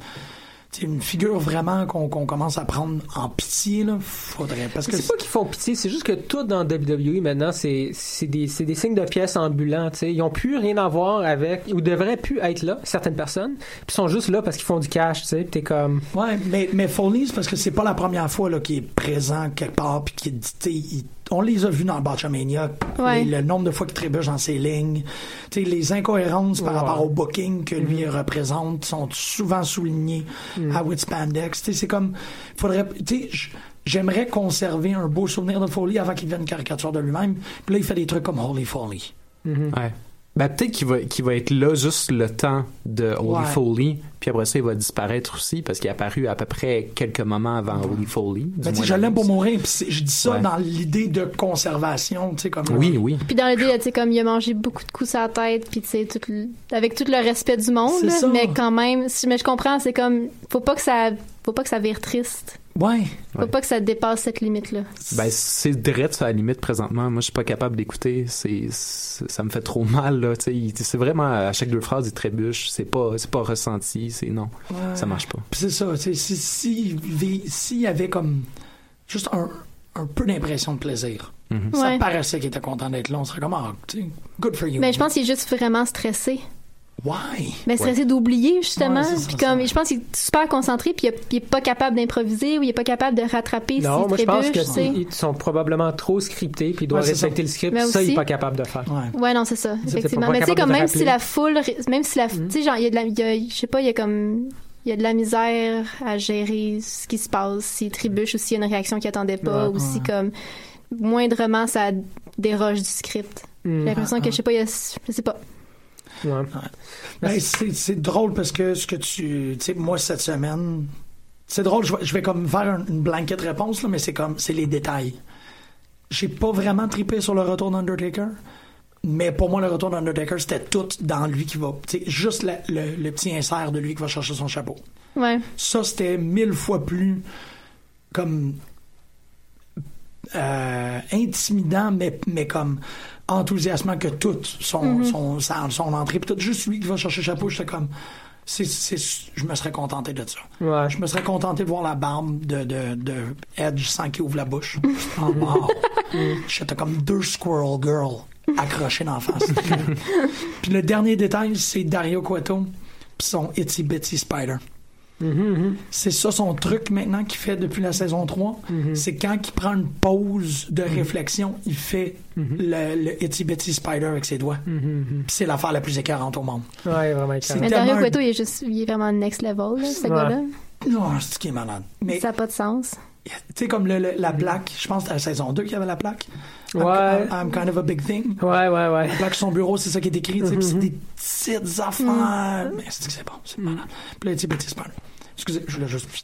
H: tu sais, une figure vraiment qu'on qu'on commence à prendre en pitié, là, faudrait. Parce que
J: C'est pas qu'ils font pitié, c'est juste que tout dans WWE maintenant, c'est c'est des, c'est des signes de pièces ambulants. tu sais. Ils ont plus rien à voir avec, ou devraient plus être là, certaines personnes, puis sont juste là parce qu'ils font du cash, tu sais. Puis t'es comme.
H: Ouais, mais, mais Foley, c'est parce que c'est pas la première fois là, qu'il est présent quelque part puis qu'il dit, tu sais, il- on les a vus dans le Botchamania,
I: Ouais.
H: le, le nombre de fois qu'il trébuche dans ses lignes, tu sais, les incohérences par
J: Ouais.
H: rapport au booking que lui représente sont souvent soulignées à Witspandex. Tu sais, c'est comme, faudrait, tu sais, j- j'aimerais conserver un beau souvenir de Foley avant qu'il devienne caricature de lui-même. Puis là, il fait des trucs comme Holy Foley.
J: mm-hmm.
A: Ouais. Ben, peut-être qu'il va, qu'il va être là juste le temps de Holy
H: Ouais.
A: Foley, puis après ça, il va disparaître aussi, parce qu'il est apparu à peu près quelques moments avant Holy Foley. du
H: Ben, tu sais,
A: moins
H: je
A: dans
H: l'aime
A: la
H: pour
A: liste.
H: mourir. Puis c'est- je dis ça
A: Ouais.
H: dans l'idée de conservation, tu sais, comme.
A: Oui, oui.
I: Puis dans le dé, tu sais, comme il a mangé beaucoup de coups à la tête, puis tu sais, tout le- avec tout le respect du monde,
H: C'est
I: là,
H: ça.
I: mais quand même, si- mais je comprends, c'est comme, faut pas que ça, faut pas que ça vire triste.
H: euh, Ouais.
I: Faut
A: Ouais.
I: pas que ça dépasse cette limite-là.
A: Ben, c'est direct à la limite présentement. Moi, je suis pas capable d'écouter. C'est, c'est- ça me fait trop mal, là. Tu sais, il- c'est vraiment à chaque deux phrases, il trébuche. C'est pas, c'est pas ressenti. C'est non. Ça marche pas.
H: Puis c'est ça, tu sais, si- si- vi- s'il y avait comme juste un, un peu d'impression de plaisir, ça
A: Mhm.
I: Ouais.
H: paraissait qu'il était content d'être là, on serait comme, ah, tu sais, good for you.
I: Mais je pense qu'il est juste vraiment stressé.
H: Why?
I: Mais stressé d'oublier, justement.
H: Ouais, c'est ça,
I: puis
H: ça.
I: comme, je pense qu'il est super concentré, puis il a- il est pas capable d'improviser ou il est pas capable de rattraper
J: Non,
I: s'il
J: moi je pense
I: trébuche,
J: que
I: tu sais.
J: ils sont probablement trop scriptés, puis ils doivent
H: Ouais, c'est ça.
J: respecter le script.
I: Mais
J: ça, il
I: aussi-
J: est pas capable de faire.
H: Ouais.
I: Ouais, non, c'est ça,
J: pas
I: effectivement.
J: pas
I: Mais tu sais,
J: capable
I: comme
J: de Mm.
I: même
J: rappeler.
I: si la foule, ré- même si la, tu sais, genre, il y a de la, il y a- je sais pas, il y a comme, il y a de la misère à gérer ce qui se passe, s'il trébuche ou s'il y a une réaction qu'il attendait pas,
J: Ouais.
I: ou si comme, moindrement, ça déroge du script.
J: Mm-hmm.
I: J'ai l'impression que, je sais pas, il y a, je sais pas.
J: Mm. Ouais.
H: Ben, c'est c'est drôle parce que ce que tu. Tu sais, moi, cette semaine, C'est drôle, je vais, je vais comme faire un- une blanquette réponse, là, mais c'est comme, c'est les détails. J'ai pas vraiment tripé sur le retour d'Undertaker, mais pour moi, le retour d'Undertaker, c'était tout dans lui qui va. tu sais, juste la- le, le petit insert de lui qui va chercher son chapeau.
I: Ouais.
H: Ça, c'était mille fois plus comme euh, intimidant, mais, mais comme enthousiasmant que tout son, son, sa- son entrée. Puis tout juste lui qui va chercher le chapeau, j'étais comme. c'est- c'est- je me serais contenté de ça.
J: Ouais.
H: Je me serais contenté de voir la barbe de, de, de Edge sans qu'il ouvre la bouche. Oh, wow. J'étais comme deux Squirrel Girls accrochées dans la face. Puis le dernier détail, c'est Dario Cueto puis son Itsy Bitsy Spider.
J: Mm-hmm,
H: C'est ça son truc maintenant qu'il fait depuis la saison 3.
A: Mhm.
H: C'est quand il prend une pause de réflexion, il fait
J: mm-hmm,
H: le, le Itsy Bitsy Spider avec ses doigts. Puis c'est l'affaire la plus écœurante au monde.
J: Ouais, vraiment écœurant.
I: Mais
H: Tellement
I: Dario
H: un-
I: Cueto, il est juste, il est vraiment next level, là, ce
J: Ouais.
I: gars-là.
H: Non, c'est qui est malade. Mais
I: Ça n'a pas de sens.
H: tu sais, comme le- le- la plaque, je pense que c'était la saison 2 qu'il y avait la plaque. I'm-
J: Ouais.
H: I'm, I'm kind of a big thing.
J: Ouais, ouais, ouais.
H: La plaque sur son bureau, c'est ça qui est écrit, tu sais, puis
A: Mhm.
H: c'est des petites affaires. Mais c'est que c'est bon,
J: Mm.
H: c'est malade. Puis là, Itsy Bitsy Spider. Excusez, je voulais juste.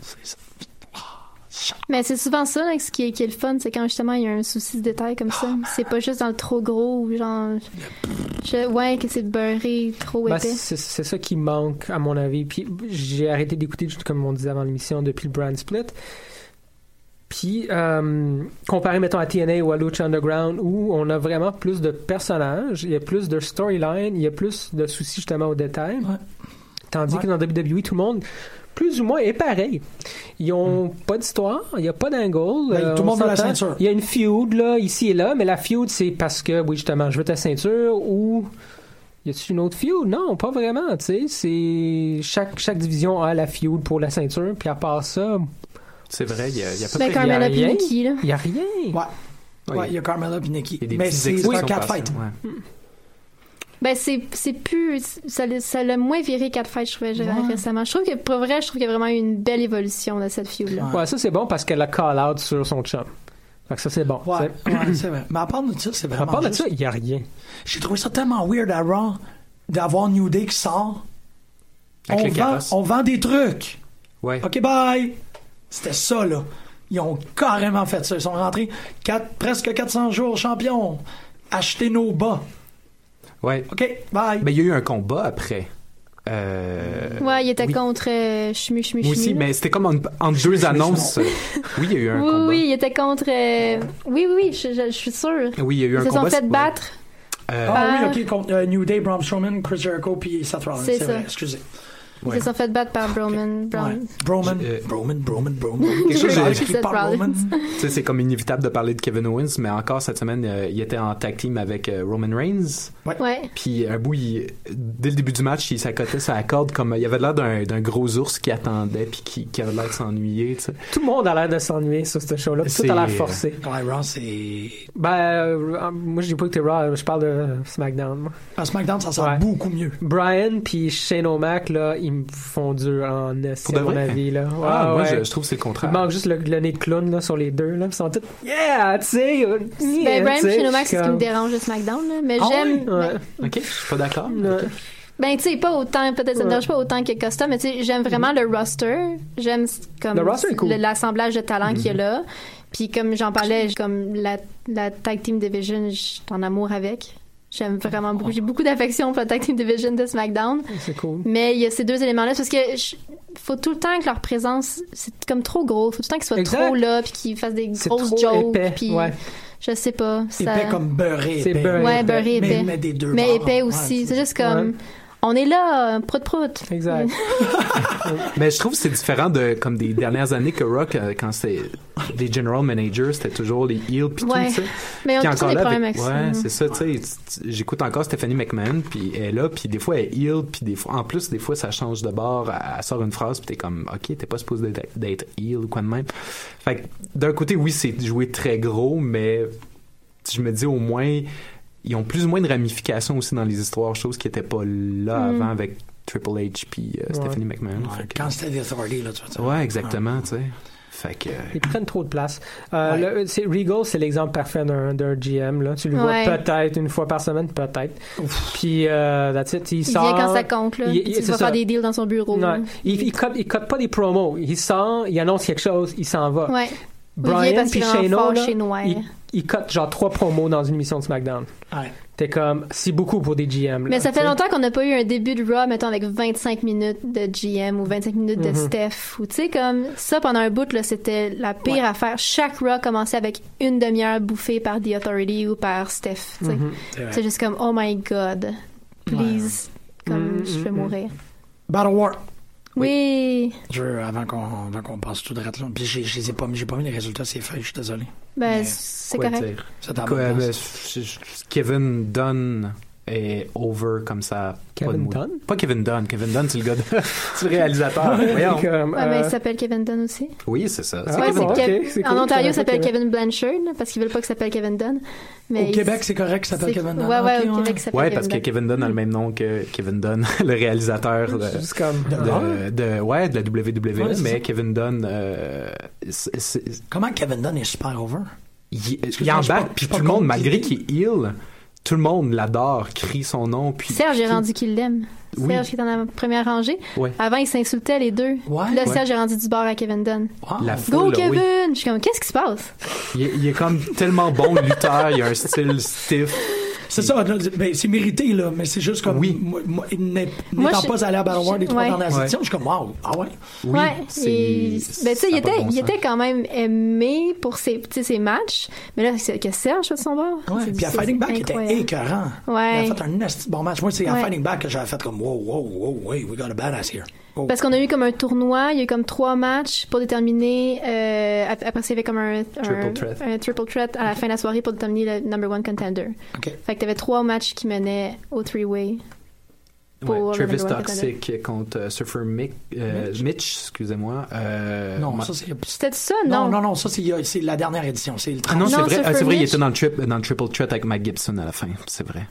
H: c'est ça.
I: Mais c'est souvent ça, là, ce qui est, qui est le fun, c'est quand justement il y a un souci de détail comme ça.
A: Ah.
I: C'est pas juste dans le trop gros ou genre. je- ouais, que c'est beurré, trop
J: Ben,
I: épais.
J: c'est c'est ça qui manque, à mon avis. Puis j'ai arrêté d'écouter, juste comme on disait avant l'émission, depuis le brand split. Puis, euh, comparé, mettons, à TNA ou à Lucha Underground, où on a vraiment plus de personnages, il y a plus de storyline, il y a plus de soucis, justement, aux détails.
H: Ouais.
J: Tandis
H: Ouais.
J: que dans WWE, tout le monde, plus ou moins, est pareil. Ils ont pas d'histoire, il n'y a pas d'angle.
H: Hmm.
J: euh,
H: Ben, tout le
J: on
H: monde veut la
J: s'entend.
H: ceinture.
J: Il y a une feud, là, ici et là, mais la feud, c'est parce que, oui, justement, je veux ta ceinture ou y a-tu une autre feud? Non, pas vraiment, tu sais. C'est... Chaque, chaque division a la feud pour la ceinture, puis à part ça,
A: C'est vrai, il y a, il y a pas
I: Ben,
J: il y a
I: Carmella puis
J: rien.
I: Nikki, là.
J: il y a rien.
H: Ouais.
A: Ouais,
H: Ouais, il y a Carmella puis
A: il y a
H: Nikki.
A: des
H: Mais
A: petites
H: c'est
A: exceptions
H: un
A: par ça,
H: catfight.
A: ouais.
I: Ben, c'est, c'est plus. Ça, l'a- ça l'a moins viré quatre fêtes, je trouvais,
H: Ouais.
I: récemment. Je trouve que, pour vrai, je trouve qu'il y a vraiment eu une belle évolution de cette feud-là.
J: Ouais, ça, c'est bon parce qu'elle a call-out sur son chum. Fait que ça, c'est bon.
H: Ouais,
J: tu
H: ouais, c'est vrai. Mais à part de ça, c'est
J: sais. À
H: vraiment.
J: part de
H: juste-
J: ça, il y a rien.
H: J'ai trouvé ça tellement weird à Raw d'avoir New Day qui sort.
A: Avec
H: on,
A: le
H: vend,
A: carrosse.
H: on vend des trucs.
A: Ouais.
H: OK, bye. C'était ça, là. Ils ont carrément fait ça. Ils sont rentrés quatre- presque 400 jours champions. Achetez nos bas.
A: ouais.
H: OK, bye.
A: Ben, il y a eu un combat après. Euh,
I: Ouais, il était
A: oui.
I: contre euh, Chmu
A: Moi
I: Chmu Chmu,
A: aussi,
I: là.
A: mais c'était comme en, en deux annonces. Oui, il y a eu un
I: Oui,
A: combat.
I: oui, il était contre. euh, Oui, oui, oui, je, je- je suis sûre.
A: Oui, il y a eu
I: Ils
A: un
I: se sont
A: combat.
I: fait
A: ouais.
I: battre.
A: Euh,
H: Ah
I: Par-
H: oui, OK, contre euh, New Day, Braun Strowman, Chris Jericho, puis Seth Rollins.
I: C'est
H: C'est vrai,
I: ça.
H: excusez.
I: Ils
A: Ouais.
I: se sont fait battre par Broman.
H: Ouais.
I: Brown.
H: Broman,
A: Euh,
H: Broman, Broman, Broman.
A: Quelque chose, j'ai-
H: écrit
I: Seth
H: par
I: Rollins.
H: Roman.
A: Tu sais, c'est comme inévitable de parler de Kevin Owens, mais encore cette semaine, euh, il était en tag team avec euh, Roman Reigns.
I: Ouais.
A: Puis un bout, il- dès le début du match, il s'accotait sur la corde comme euh, il avait l'air d'un, d'un gros ours qui attendait puis qui, qui avait l'air de s'ennuyer. tu sais.
J: Tout le monde a l'air de s'ennuyer sur ce show-là. puis Tout
A: C'est-
J: a l'air forcé.
H: Ouais, Raw, c'est...
J: Ben, euh, euh, moi, je dis pas que t'es Raw, je parle de SmackDown. moi.
H: À SmackDown, ça sent
J: Ouais.
H: beaucoup mieux.
J: Brian puis Shane O'Mac, là, ils me font dur en est,
A: Pour de
J: à mon
A: vrai?
J: avis, là. Ouais,
A: ah, moi,
J: ouais.
A: je, je trouve que c'est le
J: Il
A: contraire.
J: manque juste le, le nez de clown là, sur les deux. Là. Ils sont tous Yeah, tu sais. euh, yeah,
I: Ben, Brian
J: tu sais,
I: Chinomax, c'est ce qui me
J: comme- ah
I: dérange de SmackDown, là. Mais
H: Ah
I: j'aime.
H: oui?
J: Ouais.
A: Ok, je suis pas d'accord.
J: Ouais.
I: Ben, tu sais, pas autant, peut-être ça me dérange pas autant que Costa, mais tu sais, j'aime vraiment le roster. J'aime c- comme
J: Mhm. Le roster est cool. Mhm.
I: le- l'assemblage de talents qu'il y a là. Puis comme j'en parlais, j- comme la, la Tag Team Division, je suis en amour avec. J'aime vraiment beaucoup. J'ai beaucoup d'affection pour la Tag Team Division de SmackDown.
J: C'est cool.
I: Mais il y a ces deux éléments-là, c'est parce que je- faut tout le temps que leur présence, c'est comme trop gros. Faut tout le temps qu'ils soient
J: Exact.
I: trop là, puis qu'ils fassent des
J: C'est
I: grosses
J: trop
I: jokes.
J: épais,
I: Puis
J: ouais.
I: je sais pas. ça-
H: Épais comme beurré
J: C'est
H: épais.
J: beurré.
I: Ouais,
J: épais.
I: beurré
H: Mais,
I: épais.
H: mais des deux
I: Mais
H: bords. Ouais,
I: épais aussi. C'est juste
J: Ouais.
I: comme, on est là, euh, prout-prout.
J: Exact.
I: Mm.
A: Mais je trouve que c'est différent de comme des dernières années que Rock, euh, quand c'était les general managers, c'était toujours les heels puis
I: Ouais.
A: tout. tu sais.
I: Mais on
A: Puis
I: a toujours des
A: là,
I: problèmes
A: avec-
I: avec
A: ouais,
I: ça.
A: c'est ça, tu sais. tu- tu- J'écoute encore Stephanie McMahon, puis elle est là, puis des fois elle est heal, puis des fois, en plus, des fois ça change de bord, elle, elle sort une phrase, puis t'es comme, ok, t'es pas supposé d'être- d'être heal ou quoi de même. Fait que d'un côté, oui, c'est joué très gros, mais je me dis au moins, ils ont plus ou moins de ramifications aussi dans les histoires, chose qui était pas là
I: Mm.
A: avant avec Triple H puis euh,
J: Ouais.
A: Stephanie McMahon.
H: Ouais,
A: Fait que-
H: Quand c'était The Authority, là, tu vois.
A: Ouais, exactement, tu sais. Fait que.
J: Ils prennent trop de place. Euh, le- c'est- Regal, c'est l'exemple parfait d'un d'un GM. Là. Tu le
I: Ouais.
J: vois peut-être une fois par semaine, peut-être. Puis, euh, that's it. Il,
I: Il
J: sort.
I: vient quand ça compte, là.
J: Il- il-
I: Puis tu
J: c'est
I: vas
J: ça.
I: faire des deals dans son bureau. là.
J: Non, il, il, cote, il cote pas des promos. Il sort, il annonce quelque chose, il s'en va.
I: Ouais. Il vient
J: Brian
I: parce
J: puis
I: qu'il est
J: Shano,
I: fort
J: là,
I: chez Noir.
J: il, il cote genre trois promos dans une émission de SmackDown.
H: Ouais.
J: T'es comme, c'est beaucoup pour des GM. là,
I: Mais ça
J: tu
I: fait
J: sais.
I: longtemps qu'on n'a pas eu un début de Raw, mettons, avec 25 minutes de GM ou 25 minutes de
J: Mm-hmm.
I: Steph. Ou tu sais, comme ça, pendant un bout, là, c'était la pire affaire. Chaque Raw commençait avec une demi-heure bouffée par The Authority ou par Steph. tu sais.
J: Mm-hmm. Mhm.
H: C'est vrai.
I: C'est juste comme, oh my god, please, comme
J: Mm-hmm.
I: je fais mourir.
H: Battle War.
I: Oui,
H: Je veux, avant qu'on avant qu'on passe tout de suite là. Puis j'ai j'ai pas, j'ai pas mis les résultats, ces feuilles, je suis désolé.
I: ben,
H: Mais
I: c'est
A: quoi
I: correct.
A: dire?
H: C'est en
A: Quoi,
H: bonne
A: ben,
H: place.
A: je- je- Kevin Dunn est over comme ça. pas de
J: Kevin
A: mood.
J: Dunn?
A: Pas Kevin Dunn. Kevin Dunn, c'est le gars de... c'est le réalisateur.
J: T'es
A: Voyons.
J: comme,
I: Ouais, mais il
J: euh,
I: s'appelle Kevin Dunn aussi.
A: Oui, c'est ça.
J: Ah,
A: C'est
I: Ouais,
A: Kevin
J: bon,
I: c'est
A: Dunn.
I: Kev-
J: ok, c'est
I: En
J: cool,
I: Ontario,
J: ça
I: il s'appelle
J: fait
I: Kevin Blanchard, là, parce qu'ils veulent pas qu'il s'appelle Kevin Dunn. Mais
H: Au
I: il-
H: Québec, c'est correct, ça
I: c'est-
H: s'appelle Kevin Dunn.
I: Ouais, ouais,
H: Ok,
I: au Québec, ça s'appelle
A: Ouais,
I: Kevin
A: parce que
I: Dunn.
A: Kevin Dunn a le même nom que Kevin Dunn, le réalisateur de,
J: c'est juste comme,
H: De-
A: de, de- ouais, de la WWE,
H: Ah Ouais, c'est
A: mais
H: ça.
A: Kevin Dunn, euh, c'est- c'est-
H: Comment Kevin Dunn est super over?
A: il, il
H: Excuse-moi,
A: en
H: je suis pas-
A: bat,
H: je
A: puis
H: suis
A: tout
H: pas
A: le monde,
H: contre
A: malgré
H: l'idée.
A: qu'il heal, tout le monde l'adore, crie son nom, puis
I: Serge est rendu qu'il l'aime.
A: Oui.
I: Serge qui est dans la première rangée.
A: Ouais.
I: Avant, ils s'insultaient les deux.
H: Ouais.
I: Puis là,
H: Ouais.
I: Serge est rendu du bord à Kevin Dunn.
H: Wow.
A: la
I: Go
A: foule, là, oui.
I: Kevin! Je suis comme, qu'est-ce qui se passe?
A: il, est- il est comme tellement bon lutteur, il a un style stiff.
H: C'est ça, là, ben, c'est mérité, là, mais c'est juste comme.
A: Oui.
H: Moi, moi, il n'est-
I: Moi,
H: n'étant
I: je-
H: pas allé à Battle War
I: je-
H: les trois
I: ouais.
H: dernières
A: Ouais.
H: éditions, je suis comme, waouh, ah ouais.
A: Oui,
I: ouais.
A: c'est-
I: Et- Ben, tu sais,
A: ça
I: il,
A: a pas de
I: était,
A: bon
I: il
A: sens.
I: était quand même aimé pour ses, tu sais, ses matchs. Mais là, c'est- que Serge soit de son bord.
H: Ouais.
I: c'est-
H: Puis à
I: c'est
H: Fighting Back, il
I: incroyable.
H: était écœurant.
I: Ouais.
H: Il a fait un esti de bon match. Moi, c'est à
I: Ouais.
H: Fighting Back que j'avais fait comme, wow, wow, wow, wait, we got a badass here. Oh.
I: Parce qu'on a eu comme un tournoi, il y a eu comme trois matchs pour déterminer. euh, ap- après, ça, il y avait comme un, un-
A: Triple threat.
I: un triple threat à la fin de la soirée pour déterminer le number one contender.
H: OK.
I: Fait que t'avais trois matchs qui menaient au three-way.
A: Ouais,
I: pour le
A: Travis
I: numéro un
A: Toxic contre euh, Surfer Mick, euh, Mitch, excusez-moi. euh,
H: Non,
A: ma-
H: ça, c'est.
I: C'était ça,
H: Non,
I: non?
H: non, non, ça, c'est c'est la dernière édition. C'est le
A: Ah non, c'est
I: Non,
A: vrai,
I: Surfer
A: ah, c'est vrai, il
I: Mitch.
A: était dans le, trip, dans le triple threat avec Mike Gibson à la fin, c'est vrai.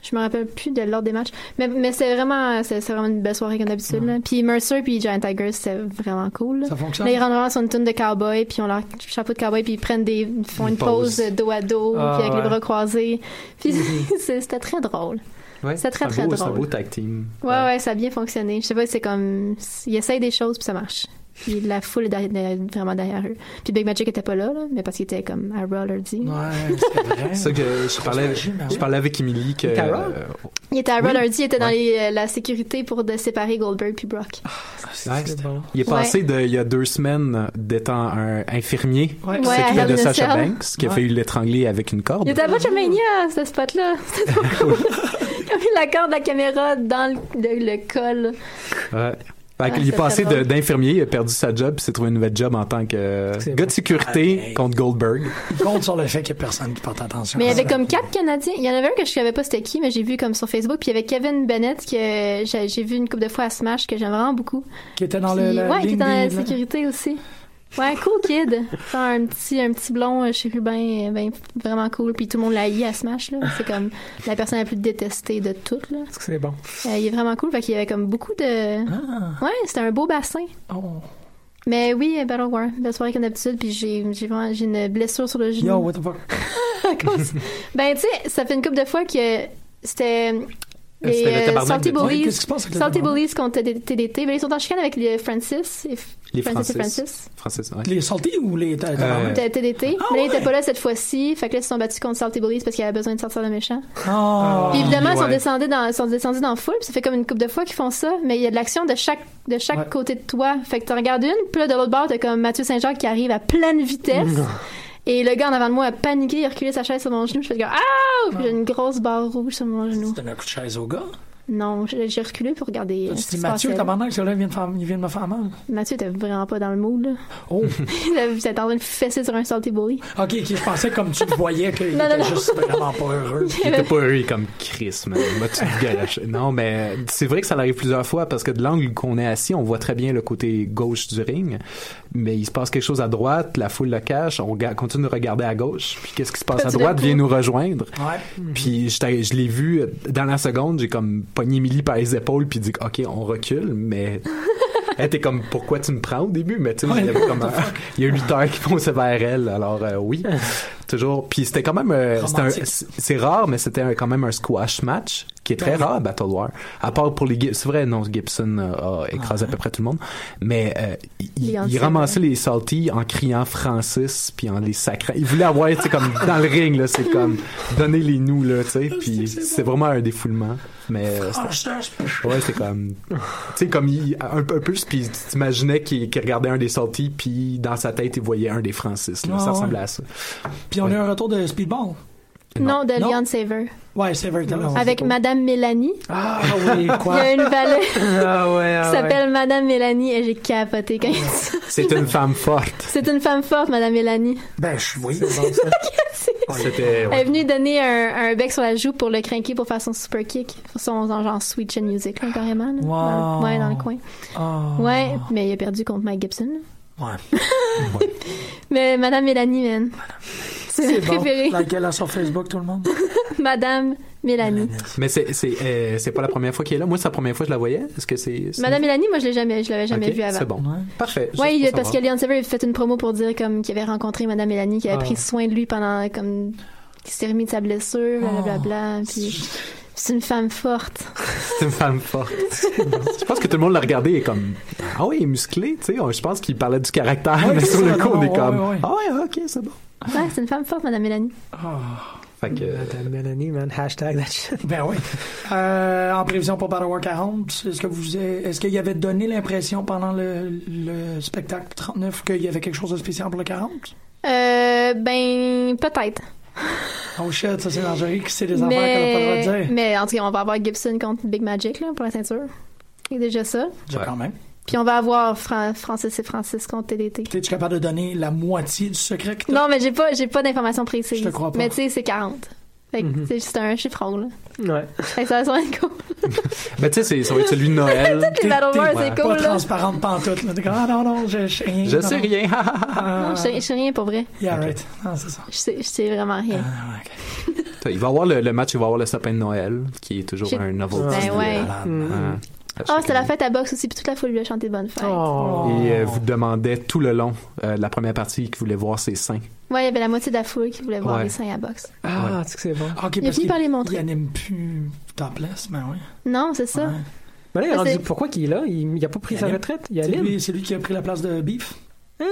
I: Je me rappelle plus de l'ordre des matchs. Mais, mais c'était vraiment, c'est c'est vraiment une belle soirée comme d'habitude. là. Puis Mercer puis Giant Tigers, c'était vraiment cool. là.
H: Ça fonctionne?
I: Là, ils rentrent vraiment sur une tune de cowboy, puis ils ont leur chapeau de cowboy, puis ils prennent des, ils font
A: Une
I: une, pause
A: pause.
I: dos à dos,
J: Ah,
I: puis avec
J: ouais.
I: les bras croisés. Puis c'est- c'était très drôle.
A: Ouais,
I: C'était très,
A: un
I: très
A: beau-
I: drôle.
A: C'est un beau tag team.
I: Ouais, ouais, ça a bien fonctionné. Je sais pas, c'est comme. Ils essayent des choses, puis ça marche. Puis la foule est derrière- derrière- vraiment derrière eux. Puis Big Magic était pas là, là, mais parce qu'il était comme à Raw lundi.
H: Ouais, c'est vrai.
A: Ah,
H: hein.
A: C'est ça que je parlais,
H: s'imagine, mais
A: je
H: ouais.
A: parlais avec Emily que.
J: Cara?
A: euh,
I: Il était à Raw
A: Oui.
I: lundi, il était dans
A: Ouais.
I: les- euh, la sécurité pour de séparer Goldberg puis Brock.
A: ouais,
J: c'est bon.
A: il est passé de, il y a deux semaines d'être un infirmier
H: Ouais,
I: Ouais,
A: qui
I: à
A: vient de
I: Hell in a
A: Sacha
I: Cell.
A: Banks, qui a
H: Ouais.
A: failli l'étrangler avec une corde.
I: Il était à Botchamania, ce spot-là. C'était trop cool. Il a mis la corde de la caméra dans le, le- le col.
A: Ouais. Fait qu'il
I: Ouais,
A: est passé
I: c'était
A: de-
I: Ah, drôle.
A: d'infirmier, il a perdu sa job, puis s'est trouvé un nouvel job en tant que euh,
J: C'est
A: gars
J: bon.
A: de sécurité
I: Ah,
H: Hey.
A: contre Goldberg.
H: Il compte sur le fait qu'il n'y a personne qui porte attention.
I: Mais il y avait
H: Ça.
I: comme quatre Canadiens. Il y en avait un que je savais pas c'était qui, mais j'ai vu comme sur Facebook. Puis il y avait Kevin Bennett que j'ai j'ai vu une couple de fois à Smash que j'aime vraiment beaucoup.
H: Qui était dans le.
I: Puis-
H: la
I: ouais, qui
H: ligne
I: est dans la
H: des-
I: sécurité aussi. Ouais, cool kid. Faire un petit, un petit blond euh, chérubin, euh, ben, vraiment cool. Puis tout le monde l'a haï à Smash, là. C'est comme la personne la plus détestée de toutes, là.
J: Est-ce que c'est bon?
I: Euh, il est vraiment cool, fait qu'il y avait comme beaucoup de...
H: Ah,
I: Ouais, c'était un beau bassin.
H: oh.
I: Mais oui, euh, Battle War, belle soirée comme d'habitude, puis j'ai j'ai vraiment j'ai une blessure sur le genou.
H: Yo, what the fuck?
I: à cause- ben, tu sais, ça fait une couple de fois que c'était... Les
A: C'était le
I: euh,
A: tabarnak
I: Salty
A: de-
H: Ouais,
I: Bullies,
H: Qu'est-ce qui se passe avec le
I: Salty
H: tabarnak?
I: Bullies contre TDT. Ben, ils sont en chicane avec les Francis. Et F-
A: Les
I: Francis et
A: Francis.
I: Francis.
A: Francis, ouais.
H: Les saltés ou les.
A: Euh,
H: tabarnak?
I: T'as TDT.
H: Ah
I: mais là,
H: ouais.
I: ils étaient pas là cette fois-ci. Fait que là, ils se sont battus contre Salty Bullies parce qu'il avait besoin de sortir le méchant.
H: Oh.
I: Puis évidemment, ils sont
A: ouais.
I: descendus dans, ils sont descendus dans la foule. puis ça fait comme une coupe de fois qu'ils font ça. Mais il y a de l'action de chaque, de chaque
H: Ouais.
I: côté de toi. Fait que t'en regardes une. Puis là, de l'autre bord, t'as comme Mathieu Saint-Jacques qui arrive à pleine vitesse. Et le gars en avant de moi a paniqué, il a reculé sa chaise sur mon genou. Je fais comme Ah! Puis j'ai une grosse barre rouge sur mon
H: Tu
I: genou.
H: donnes un coup de chaise au gars.
I: Non, j'ai j'ai reculé pour regarder. euh,
H: Tu
I: ce
H: dis
I: qui se
H: Mathieu,
I: passait.
H: tabarnak, celui-là, il vient de faire- il vient de me faire mal.
I: Mathieu était vraiment pas dans le mood, là.
H: Oh.
I: Il avait- il était en train de fesser sur un salty bully.
H: Ok, ok, je pensais comme tu le voyais qu'il
I: Non, non,
H: était
I: non.
H: juste vraiment pas heureux.
A: Il était pas heureux, il est comme Chris, man. Il m'a tout garaché. Non, mais c'est vrai que ça arrive plusieurs fois parce que de l'angle qu'on est assis, on voit très bien le côté gauche du ring. Mais il se passe quelque chose à droite, la foule le cache, on rega- continue de regarder à gauche. Puis qu'est-ce qui se passe à
I: Petit
A: droite
I: coup.
A: vient nous rejoindre.
H: Ouais.
A: Puis j'étais- je l'ai vu euh, dans la seconde, j'ai comme pogné Millie par les épaules puis dit OK, on recule, mais Elle était comme, pourquoi tu me prends au début? Mais tu sais, il y avait comme, euh, il y a huit heures qui fonçaient vers elle. Alors, euh, oui. Toujours. Puis c'était quand même, euh, c'était un-
H: Romantique.
A: c'est c'est rare, mais c'était un- quand même un squash match qui est très rare à Battle War. À part pour les Gib- c'est vrai, non, Gibson euh, a écrasé à peu près tout le monde. Mais euh, il-
I: Les
A: il, il
I: Hanson,
A: ramassait les salty en criant Francis puis en les sacrant. Il voulait avoir, tu sais, comme dans le ring, là, c'est comme donner les nous, là, tu sais. Puis c'est vraiment un défoulement. Mais euh,
H: Ah,
A: c'était- Ouais, c'est comme. Tu sais, comme il. Un peu plus, puis tu t'imaginais qu'il qu'il regardait un des sorties, puis dans sa tête, il voyait un des Francis. là.
H: Ah,
A: ça
H: ouais.
A: ressemblait à ça.
H: Puis on a eu un retour de Speedball.
I: Non, de
H: Non.
I: Leon Saver.
H: Ouais, c'est vrai. t'as raison.
I: Avec Madame Mélanie.
J: Ah oui,
I: Il
J: quoi?
I: y a une valet qui
J: Ah ouais, ah ouais.
I: s'appelle Madame Mélanie et j'ai capoté quand il dit ça.
A: C'est une femme forte.
I: C'est une femme forte, Madame Mélanie.
H: Ben, je oui.
A: C'était.
I: Elle est
A: ouais.
I: venue donner un, un bec sur la joue pour le craquer pour faire son super kick. Son genre, genre Sweet Chin Music, là, carrément. là. Dans,
H: Wow.
I: le- ouais, dans le coin.
H: Ah.
I: Ouais, mais il a perdu contre Mike Gibson. là.
H: Ouais.
I: Mais Madame Mélanie, man. C'est ma
H: C'est bon.
I: préférée.
H: Laquelle a sur Facebook, tout le monde?
I: Madame Mélanie.
A: Mais c'est c'est, euh, c'est pas la première fois qu'elle est là. Moi, c'est la première fois que je la voyais. Est-ce que c'est. c'est-
I: Madame Mélanie, moi, je l'ai jamais, je l'avais
A: Ok,
I: jamais vue avant.
A: C'est bon.
H: Ouais.
A: Parfait. juste
I: Oui,
A: pour
I: parce que
A: savoir.
I: Leon Saver avait fait une promo pour dire comme qu'il avait rencontré Madame Mélanie, qui avait
J: Ah.
I: pris soin de lui pendant comme qu'il s'était remis de sa blessure,
H: Ah.
I: blablabla. Puis c'est une femme forte.
A: C'est une femme forte. je pense que tout le monde l'a regardé et comme. Ah oui, il est musclé, tu sais. Je pense qu'il parlait du caractère,
H: Ouais,
A: mais
H: c'est
A: sur le
H: ça,
A: coup,
H: non,
A: on est
H: ouais,
A: comme.
H: ouais, ouais.
A: Ah ouais, ok, c'est bon.
H: Ah.
I: Ouais, c'est une femme forte, Madame Mélanie.
A: Fait que.
J: Madame Mélanie, man, hashtag that shit.
H: Ben oui. Euh, en prévision pour Battle War 40, est-ce que vous est-ce qu'il y avait donné l'impression pendant le, le spectacle 39 qu'il y avait quelque chose de spécial pour le 40?
I: Euh, ben, peut-être.
H: Oh shit, ça c'est dangereux, que c'est des affaires
I: Mais...
H: qu'on n'a pas le droit de dire.
I: mais en tout cas, on va avoir Gibson contre Big Magic là, pour la ceinture. Et déjà ça.
H: Déjà, quand même.
I: Puis on va avoir Fran- Francis et Francis contre TDT.
H: T'es-tu capable de donner la moitié du secret que t'as?
I: Non, mais j'ai pas, j'ai pas d'informations précises.
H: Je te crois pas.
I: Mais tu sais, c'est 40. Fait que
J: Mhm.
I: c'est juste un chiffre rond, là.
J: Ouais.
I: Fait que ça va sûrement être cool.
A: Mais tu sais, c'est- ça va être celui de Noël.
I: Les Battle Wars, c'est
H: pas
I: cool, là.
H: transparente pantoute. Là. T'es comme, ah non, non, je, je,
A: Je
H: non,
A: sais
H: non.
A: rien. Ah,
H: Ah.
I: Non, je sais, je sais rien pour vrai.
H: Yeah, right. Non, c'est ça.
I: Je sais, je sais vraiment rien.
H: Ah, ok.
A: Il va y avoir le, le match, il va y avoir le sapin de Noël, qui est toujours
I: J'ai-
A: un nouveau.
I: Ben ouais.
H: Hmm.
A: Hein, à
I: Ah,
A: chaque
I: c'est la
A: année.
I: fête à boxe aussi, puis toute la foule lui a chanté bonne fête.
J: Oh.
A: Et euh, vous demandait tout le long, euh, la première partie, qui voulait voir ses seins.
I: Ouais, il y avait la moitié de la foule qui voulait voir
A: Ouais.
I: les seins à boxe.
J: Ah, tu sais que c'est bon.
H: Ok,
I: Il a
H: parce
I: fini par
H: qu'il
I: les
H: il
I: montrer.
H: anime plus Topless, mais oui.
I: Non, c'est ça.
J: Mais là, il est
I: Mais
J: rendu-
I: c'est-
J: pourquoi qu'il est là? Il il a pas pris
H: Il
J: sa
H: anime.
J: retraite? Il
H: C'est
J: anime.
H: lui, c'est lui qui a pris la place de Beef.
J: Ah,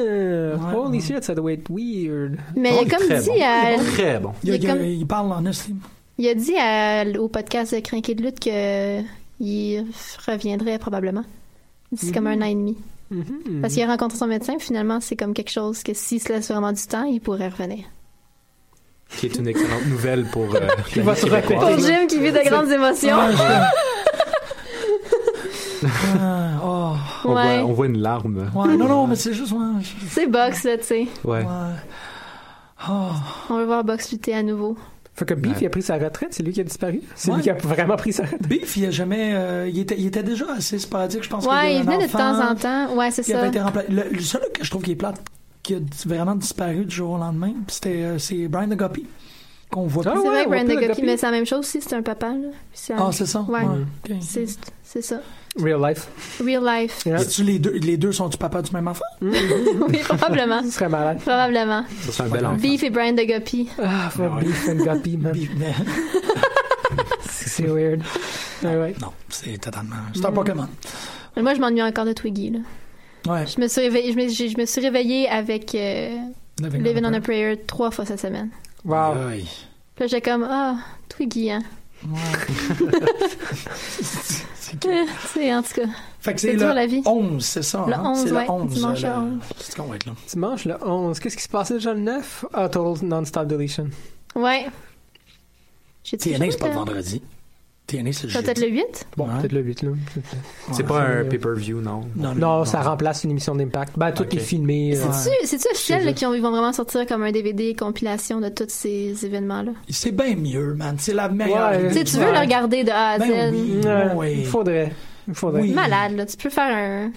H: Ouais,
J: Holy
H: ouais.
J: shit, ça doit être weird.
I: Mais
A: Oh,
I: il a comme
A: très
I: dit
A: bon.
I: à,
A: Très bon.
H: Il, y a-
I: Il est
H: il y a-
I: comme-
H: il parle en estime.
I: il a dit à- au podcast de Crinqué de lutte que il reviendrait probablement. D'ici comme un an et demi.
J: Mhm.
I: Parce qu'il a rencontré son médecin, puis finalement, c'est comme quelque chose que s'il se laisse vraiment du temps, il pourrait revenir.
A: Qui est une excellente nouvelle pour. Euh,
J: Il va se
A: Québécois.
I: Pour Jim qui vit de grandes émotions.
H: Ah, oh.
A: on,
I: Ouais.
A: voit, on voit une larme.
H: Ouais, non, non, mais c'est juste. Ouais, je-
I: C'est boxe, là, tu sais.
A: Ouais.
H: ouais. Oh.
I: On veut voir boxe lutter à nouveau.
J: Fait que Beef,
A: Ouais.
J: il a pris sa retraite, c'est lui qui a disparu. C'est
H: Ouais.
J: lui qui a vraiment pris sa retraite.
H: Beef, il a jamais. euh, il, était, il était déjà assez sporadique, je pense. qu'il y a
I: Ouais,
H: eu
I: il
H: un
I: venait de
H: enfant,
I: temps en temps. Ouais, c'est
H: Il avait
I: ça.
H: été remplacé. Le, le seul que je trouve qui est plate, qui a vraiment disparu du jour au lendemain, pis c'était euh, c'est Brian de Guppy, qu'on voit
J: Ah
H: plus.
I: C'est
J: ouais,
I: vrai
J: on
I: que Brian
J: peut
I: de Gopi,
J: l'adopter.
I: mais c'est la même chose aussi, c'est un papa. là. C'est un-
H: Ah, c'est ça?
I: Ouais.
H: ok.
I: c'est c'est ça.
J: Real life.
I: Real life.
J: Yeah.
H: Est-ce que les deux, les deux sont du papa du même enfant?
I: Oui, probablement.
J: Ce serait malade.
I: Probablement.
A: Ça, C'est un bel enfant.
I: Beef et Brian de Gopi.
J: Ah, fuck
H: Ouais.
J: Beef and Guppy, man.
H: Beef, mais-
J: C'est c'est weird. Ouais, ouais.
H: non, c'est totalement.
I: Mm.
H: C'est un Pokémon.
I: Mais moi, je m'ennuie encore de Twiggy. Là.
H: Ouais.
I: Je me suis réveillée, je me, j'ai- je me suis réveillée avec euh,
H: Living
I: Living on a Prayer trois fois cette semaine.
J: Wow.
H: Aïe.
I: Puis là, j'étais comme, ah, Twiggy, hein.
H: C'est
I: Euh, tu sais, en tout cas.
H: Fait que
I: C'est
H: c'est
I: dur,
H: le
I: la vie.
H: 11, c'est ça.
I: Le
H: hein?
I: 11,
H: c'est
I: ouais,
H: le 11.
I: dimanche
H: euh,
I: le
H: le-
I: 11.
H: C'est qu'on va être là.
J: Dimanche, le 11. Qu'est-ce qui se passait déjà le 9? Ah, total non-stop deletion.
I: Ouais. J'ai dit
H: TNA, Oh. c'est pas le
I: euh,
H: vendredi. TNA, c'est le
I: ça,
H: jeudi.
I: Peut-être le 8?
J: Bon,
H: Ouais.
J: peut-être le 8, là.
A: C'est pas un
J: Ouais.
A: pay-per-view, non.
J: Non, ça remplace une émission d'impact. Ben, tout
A: Ok.
J: est filmé. euh,
I: C'est-tu- C'est-tu officiel
J: Chez
I: là,
J: eux.
I: qu'ils ont- ils vont vraiment sortir comme un DVD compilation de tous ces événements-là?
H: C'est bien mieux, man. C'est la meilleure.
J: Ouais.
H: idée.
I: Tu sais, tu veux le regarder de A à Z.
H: Ben oui.
J: ouais,
H: Ouais.
J: Il faudrait. Il faudrait.
H: Oui.
I: Malade, là. Tu peux faire un,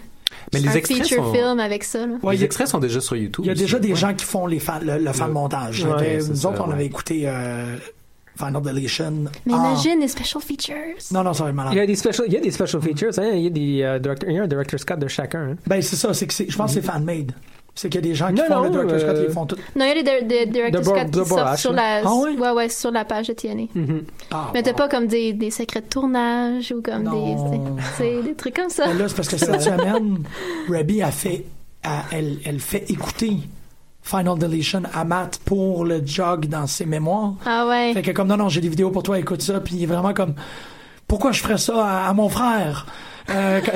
A: Mais
I: un
A: les extraits,
I: feature
A: sont...
I: film avec ça, là.
H: Ouais, il
A: les
H: y a-
A: extraits sont déjà sur YouTube.
H: il y a déjà
A: aussi.
H: des gens qui font les fan- le, le fan montage.
J: Ouais,
H: Fait que
A: c'est
H: nous
A: ça,
H: autres, on
A: ouais.
H: avait écouté euh, Final Deletion.
I: Mais
H: Ah.
I: imagine les special features.
H: Non, non, ça va être malade.
J: Il y a des special, il y a des special features, hein. Il y a des euh, director, il y a un director's cut de chacun. hein.
H: Ben, c'est ça, c'est que c'est- je pense que c'est fan-made. C'est qu'il y a des gens qui
J: Mm-hmm. Non,
H: font le
J: non,
H: Director's Cut,
J: euh,
H: ils font tout.
I: Non, il y a les dir- des director's
J: De Bor-
I: cut qui
J: de
I: sortent
J: Borash,
I: sur
J: hein.
I: la,
H: Ah ouais?
I: ouais, ouais, sur la page de TNA.
J: Mhm.
H: Ah,
I: Mais t'as
H: wow.
I: pas comme des, des secrets de tournage ou comme
H: Non.
I: des, c'est- c'est des trucs comme ça.
H: Ben là, c'est parce que cette semaine, Rabbi a fait, a- elle, elle fait écouter Final Deletion à Matt pour le jog dans ses mémoires.
I: Ah ouais.
H: Fait que comme, non, non, j'ai des vidéos pour toi, écoute ça. Puis il est vraiment comme, pourquoi je ferais ça à, à mon frère? Euh, que-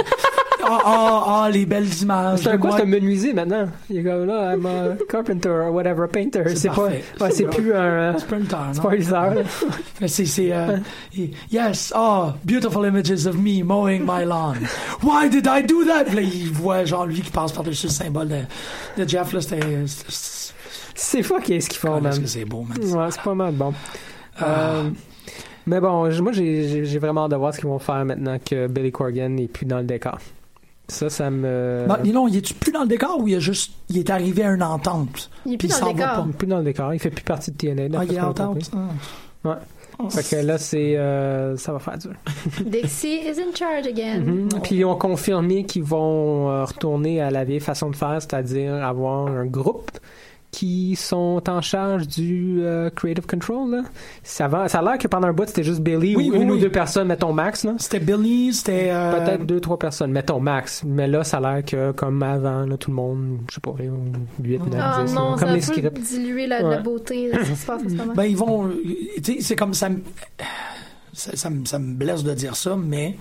H: Ah, ah, ah, les belles images.
J: C'est un
H: de
J: quoi,
H: moi.
J: c'est un menuisier maintenant? Il est comme là, I'm a carpenter or whatever, painter.
H: C'est
J: C'est pas,
H: parfait.
J: ouais,
H: C'est
J: c'est plus un, euh,
H: C'est pas une terre, non?
J: spoiler.
H: Mais C'est, c'est, euh, yes, oh, beautiful images of me mowing my lawn. Why did I do that? Puis Là, il voit genre lui qui passe par-dessus le symbole de, de Jeff, là, c'était. c'est-
J: C'est fucké ce qu'ils font,
H: Parce
J: man.
H: que c'est beau, man.
J: Ouais, c'est pas mal bon.
H: Ah.
J: Euh, mais bon, j- moi, j'ai- j'ai j'ai vraiment hâte de voir ce qu'ils vont faire maintenant que Billy Corgan n'est plus dans le décor. Ça, ça me.
H: Bah, dis donc, il est-tu plus dans le décor ou il, a juste, il est arrivé à une entente?
I: Il est
H: Puis
I: plus
H: il
I: dans le
H: s'en va
I: décor.
J: Il est plus dans le décor, il fait plus partie de TNA.
H: Ah,
J: d'après
H: il
J: ce
H: est Ah.
J: qu'on a
H: out,
J: compris.
H: out.
J: Ouais. Fait que là, c'est. euh, ça va faire dur.
I: Dixie is in charge again.
H: Mm-hmm.
J: Mhm. Puis ils ont confirmé qu'ils vont euh, retourner à la vieille façon de faire, c'est-à-dire avoir un groupe qui sont en charge du euh, creative control. Là. Ça, va- ça a l'air que pendant un bout, c'était juste Billy
H: Oui,
J: ou
H: oui,
J: une
H: oui.
J: ou deux personnes, mettons max. Là.
H: C'était Billy, c'était. euh,
J: Peut-être deux, trois personnes, mettons max. Mais là, ça a l'air que, comme avant, là, tout le monde, je sais pas, 8, 9, 10,
I: Ah
J: là,
I: non,
J: comme
I: ça
J: les
I: va
J: scripts.
I: diluer la, la
J: Ouais.
I: beauté de ce qui se passe en ce moment.
H: Ben, ils vont. Tu sais, c'est comme ça. me- Ça, ça me- ça me blesse de dire ça, mais.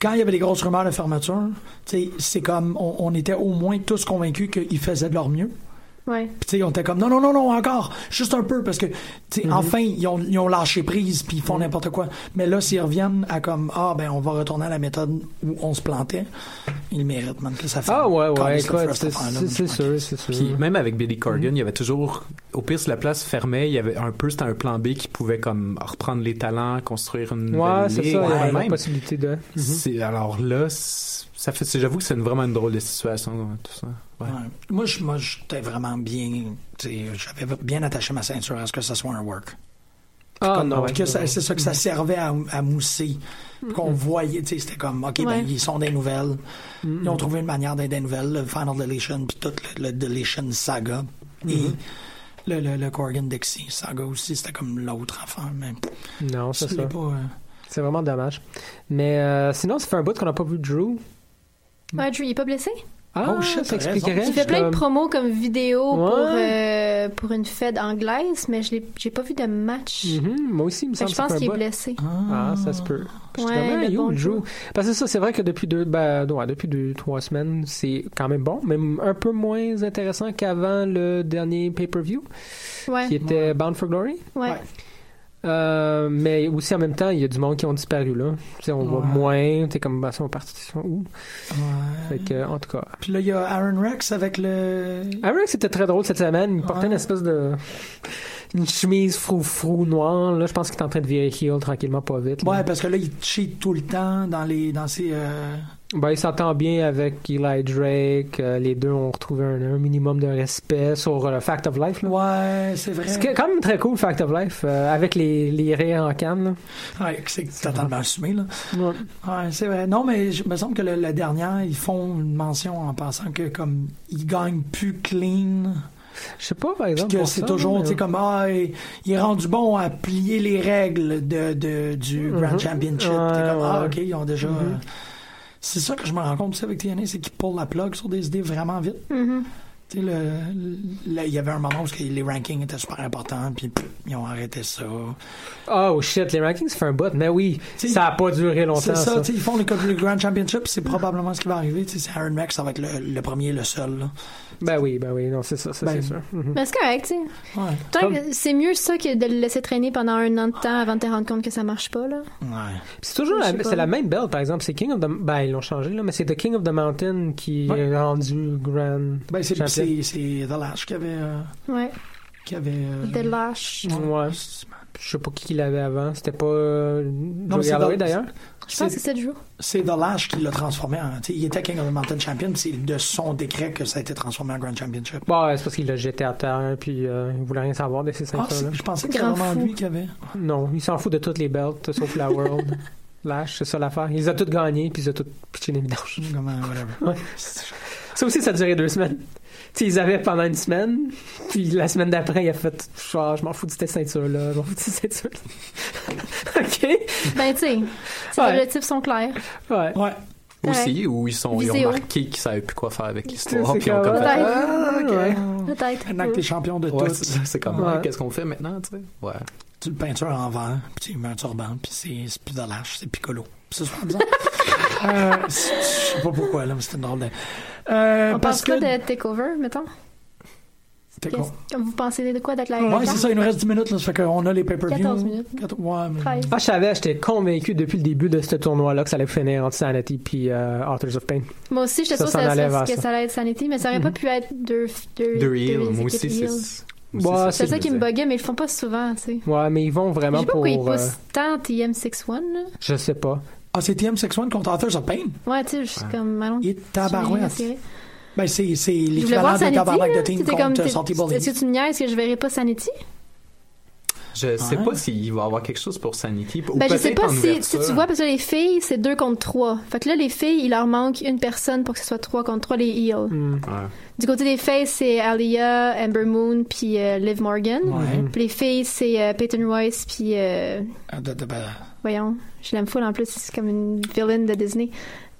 H: Quand il y avait des grosses rumeurs de fermeture, tu sais, c'est comme. On, on était au moins tous convaincus qu'ils faisaient de leur mieux.
I: Ouais.
H: Puis, tu sais, on était comme non, non, non, non, encore, juste un peu, parce que, tu
J: Mm-hmm.
H: sais, enfin, ils ont, ils ont lâché prise, puis ils font n'importe quoi. Mais là, s'ils reviennent à comme, ah, ben, on va retourner à la méthode où on se plantait, ils méritent, man, que ça fait.
J: Ah ouais,
H: Calisse,
J: ouais,
H: le
J: écoute,
H: first
J: c'est
H: affaire, là,
J: c'est- c'est
H: moi, je
J: sûr, c'est sûr.
A: Puis même avec Billy
J: Mm.
A: Corgan, il y avait toujours, au pire, si la place fermait, il y avait un peu, c'était un plan B qui pouvait comme reprendre les talents, construire une
J: Ouais,
A: nouvelle
J: c'est ça,
A: ligue,
J: il y a la
A: même.
J: possibilité de. Mhm.
A: C'est- Alors là, c'est- ça fait, c'est- j'avoue que c'est une- vraiment une drôle de situation, tout ça. Ouais.
H: Ouais. Moi, je- moi, j'étais vraiment bien, tu sais, j'avais bien attaché ma ceinture à ce que ça soit un work.
J: Ah
H: Comme-
J: non, Mm-hmm.
H: que ça- c'est ça que ça servait à, à mousser. Puis Qu'on voyait, tu sais, c'était comme, OK,
I: Ouais.
H: ben, ils sont des nouvelles. Ils
J: Mm-hmm.
H: ont trouvé une manière d'être des nouvelles, le Final Deletion, puis toute le, le Deletion saga. Et
J: Mm-hmm.
H: le, le, le Corgan Dixie saga aussi, c'était comme l'autre affaire, mais
J: Non, Ah, c'est
H: ça,
J: ça.
H: l'est pas. euh,
J: C'est vraiment dommage. Mais euh, sinon, ça fait un bout qu'on n'a pas vu Drew.
I: Ouais, Drew, il est pas blessé?
J: Ah,
H: Oh shit,
J: ça
H: t'as
J: expliquerait.
H: raison.
I: Il fait
J: Mm. Je
I: plein de
J: suis
I: promos comme vidéo pour,
J: Ouais.
I: euh, pour une fête anglaise, mais je l'ai- j'ai pas vu de match.
J: comme- Mhm, moi aussi, il me
I: Fait
J: semble
I: que je
J: que ça
I: pense
J: fait
I: qu'il
J: un
I: est
J: bout.
I: blessé.
J: Ah, ça se peut. Je suis
I: Ouais,
J: comme, ah,
I: le
J: you,
I: bon
J: Drew.
I: Drew.
J: Parce que ça, c'est vrai que depuis deux, ben, ouais, depuis deux, trois semaines, c'est quand même bon, mais un peu moins intéressant qu'avant le dernier pay-per-view,
I: Ouais,
J: qui était Bound for Glory.
I: ouais.
H: Ouais.
J: Euh, mais aussi en même temps, il y a du monde qui ont disparu là. Tu sais, on voit
H: Ouais.
J: moins. T'es comme, bah, ils sont partis, ils sont où?
H: Ouais.
J: Fait que, Ah, en tout cas,
H: Puis là, il y a Aaron Rex avec le.
J: Eric, c'était très drôle cette semaine. Il portait
H: Ouais.
J: une espèce de. Une chemise frou-frou noire. Là, je pense qu'il est en train de virer heel tranquillement, pas vite. là.
H: Ouais, parce que là, il cheat tout le temps dans les dans ses. euh,
J: Ben, il s'entend bien avec Eli Drake. euh, les deux ont retrouvé un, un minimum de respect sur euh, le Fact of Life. Là.
H: Ouais, c'est vrai.
J: C'est quand même très cool, Fact of Life, euh, avec les, les rires en canne.
H: Ouais, c'est totalement assumé, là.
J: là.
H: Ouais, c'est vrai. Non, mais je me semble que le- la dernière, ils font une mention en pensant que comme ils gagnent plus clean,
J: Je sais pas, par
H: puis
J: exemple.
H: que
J: pour
H: c'est
J: ça,
H: toujours,
J: mais-
H: tu sais, comme ah, il il est rendu bon à plier les règles de, de- du Grand
J: Mhm.
H: Championship.
J: Ouais,
H: T'es comme ah,
J: ouais.
H: ok, ils ont déjà. euh, C'est ça que je me rends compte aussi avec TNA, c'est qu'ils pullent la plug sur des idées vraiment vite.
I: Mhm.
J: Mm.
H: Tu sais, le, le- là, il y avait un moment où ce que les rankings étaient super importants, puis pff, ils ont arrêté ça.
J: Oh shit, les rankings, ça fait un bot. Mais oui,
H: T'sais,
J: ça a pas duré longtemps.
H: C'est ça,
J: ça.
H: tu sais, ils font le, le Grand Championship, c'est probablement ce qui va arriver. tu sais, C'est Aaron Rex, ça va être le, le premier, le seul. là.
J: Ben oui, ben oui, non, c'est ça, ça
H: Ben,
J: c'est sûr. Mhm.
I: Mais c'est correct, tu sais.
H: Ouais.
I: Tant
J: Comme-
I: que C'est mieux ça que de le laisser traîner pendant un an de temps avant de te rendre compte que ça marche pas, là.
H: Ouais.
J: C'est toujours
I: Je
J: la,
I: sais pas.
J: c'est la même belle, par exemple. C'est King of the Ben, ils l'ont changé, là, mais c'est The King of the Mountain qui
H: Ouais.
J: est rendu grand.
H: Ben, c'est,
J: champion.
H: c'est, c'est The Lash qui avait. euh,
I: Ouais.
J: Mm.
H: qui avait euh,
I: De lâche.
J: Ouais.
H: c'est-
J: Je sais pas qui l'avait avant. C'était pas euh,
H: mais
J: Joey
H: c'est
J: Alloway,
H: dans-
J: d'ailleurs.
I: Je pense que c'est 7 jours.
H: C'est The Lash qui l'a transformé en. tu sais, Il était King of the Mountain Champion, puis c'est de son décret que ça a été transformé en Grand Championship.
J: Bon, Bah, ouais, c'est parce qu'il l'a jeté à terre, puis euh, il voulait rien savoir de ces
H: Ah,
J: ceintures-là.
H: c'est- je pensais que c'était
I: Grand
H: vraiment
I: fou.
H: lui qui avait.
J: non, il s'en fout de toutes les belts, sauf la World. Lash, c'est ça l'affaire. Il les a toutes gagnées, puis ils ont toutes pitché les vidanges.
H: Comment, whatever.
J: Ça aussi, ça a duré deux semaines. Tu sais, ils avaient pendant une semaine, puis la semaine d'après, il a fait genre, je m'en fous de cette ceinture-là, je m'en fous de cette ceinture-là. OK?
I: Ben, tu sais, ses
J: Ouais.
I: objectifs sont clairs.
J: Ouais.
H: Ouais.
A: Aussi, où ils, sont, ils ont
I: Viséo.
A: marqué qu'ils savaient plus quoi faire avec
J: C'est
A: l'histoire.
J: comme
A: Puis ils ont comme fait,
J: Ah, OK.
H: Ouais.
I: Peut-être.
H: Maintenant que t'es champion de
A: Ouais,
H: tout,
A: c'est c'est comme,
J: Ouais.
A: ouais, qu'est-ce qu'on fait maintenant, tu sais? Ouais.
H: tu le peintures en vert, puis tu mets un turban, puis c'est c'est plus de lâche, c'est piccolo. Puis C'est super bizarre. euh, c'est- je sais pas pourquoi, là, mais c'était une drôle de. Euh,
I: On
H: parce
I: pense
H: que.
I: quoi de Takeover, mettons?
H: T'es con.
I: Qu'est-ce- Vous pensez de quoi d'être la
H: Ouais, c'est ça, il nous reste 10 minutes, là, ça fait qu'on a les pay-per-views.
I: 14 minutes.
H: Quatre- Ouais, mais-
I: 13.
J: Ah, je savais, j'étais convaincu depuis le début de ce tournoi-là que ça allait finir entre Sanity puis euh, Authors of Pain.
I: Moi aussi, j'étais
J: Ça
I: sûre que,
J: s'en
I: ça,
J: allait vers
I: que
J: ça. Mhm.
I: ça allait être Sanity, mais ça aurait pas pu être deux deux,
A: Deux heels,
I: deux
A: moi aussi,
I: équipes
A: c'est
I: heels.
A: moi aussi,
I: C'est
A: ce
I: ça
A: que
I: qui
A: je
I: me
A: disais.
I: buguait, mais ils le font pas souvent, tu sais.
J: Ouais, mais ils vont
I: Je
J: vraiment
I: sais pas
J: pour.
I: pourquoi ils
J: euh,
I: poussent tant TM61, là.
J: je sais pas.
H: Ah, c'est TM61 contre Authors of Pain.
I: Ouais, tu sais, je suis
J: Ah.
I: comme, allons.
H: Il est tabarouette. Ben, c'est c'est
I: Je voulais
H: l'équivalent
I: voir
H: de
I: Sanity.
H: tabarnak de
I: là.
H: Team
I: C'était
H: contre
I: comme,
H: euh,
I: t'es-
H: Salty Bullies.
I: Est-ce que tu me niaises que je verrai pas Sanity?
A: Je sais
H: Ouais.
A: pas s'il va y avoir quelque chose pour Sanity. Ou
I: Ben, je sais
A: peut-être en
I: pas si, si tu
A: ouverture.
I: vois, parce que les filles, c'est deux contre trois. Fait que là, les filles, il leur manque une personne pour que ce soit trois contre trois, les heels.
J: Hmm.
A: Ouais.
I: Du côté des filles, c'est Alia, Amber Moon, puis euh, Liv Morgan.
H: Ouais.
I: Puis les filles, c'est euh, Peyton Royce, puis euh,
H: Ah, de- de- ben,
I: voyons, je l'aime full en plus, c'est comme une villaine de Disney.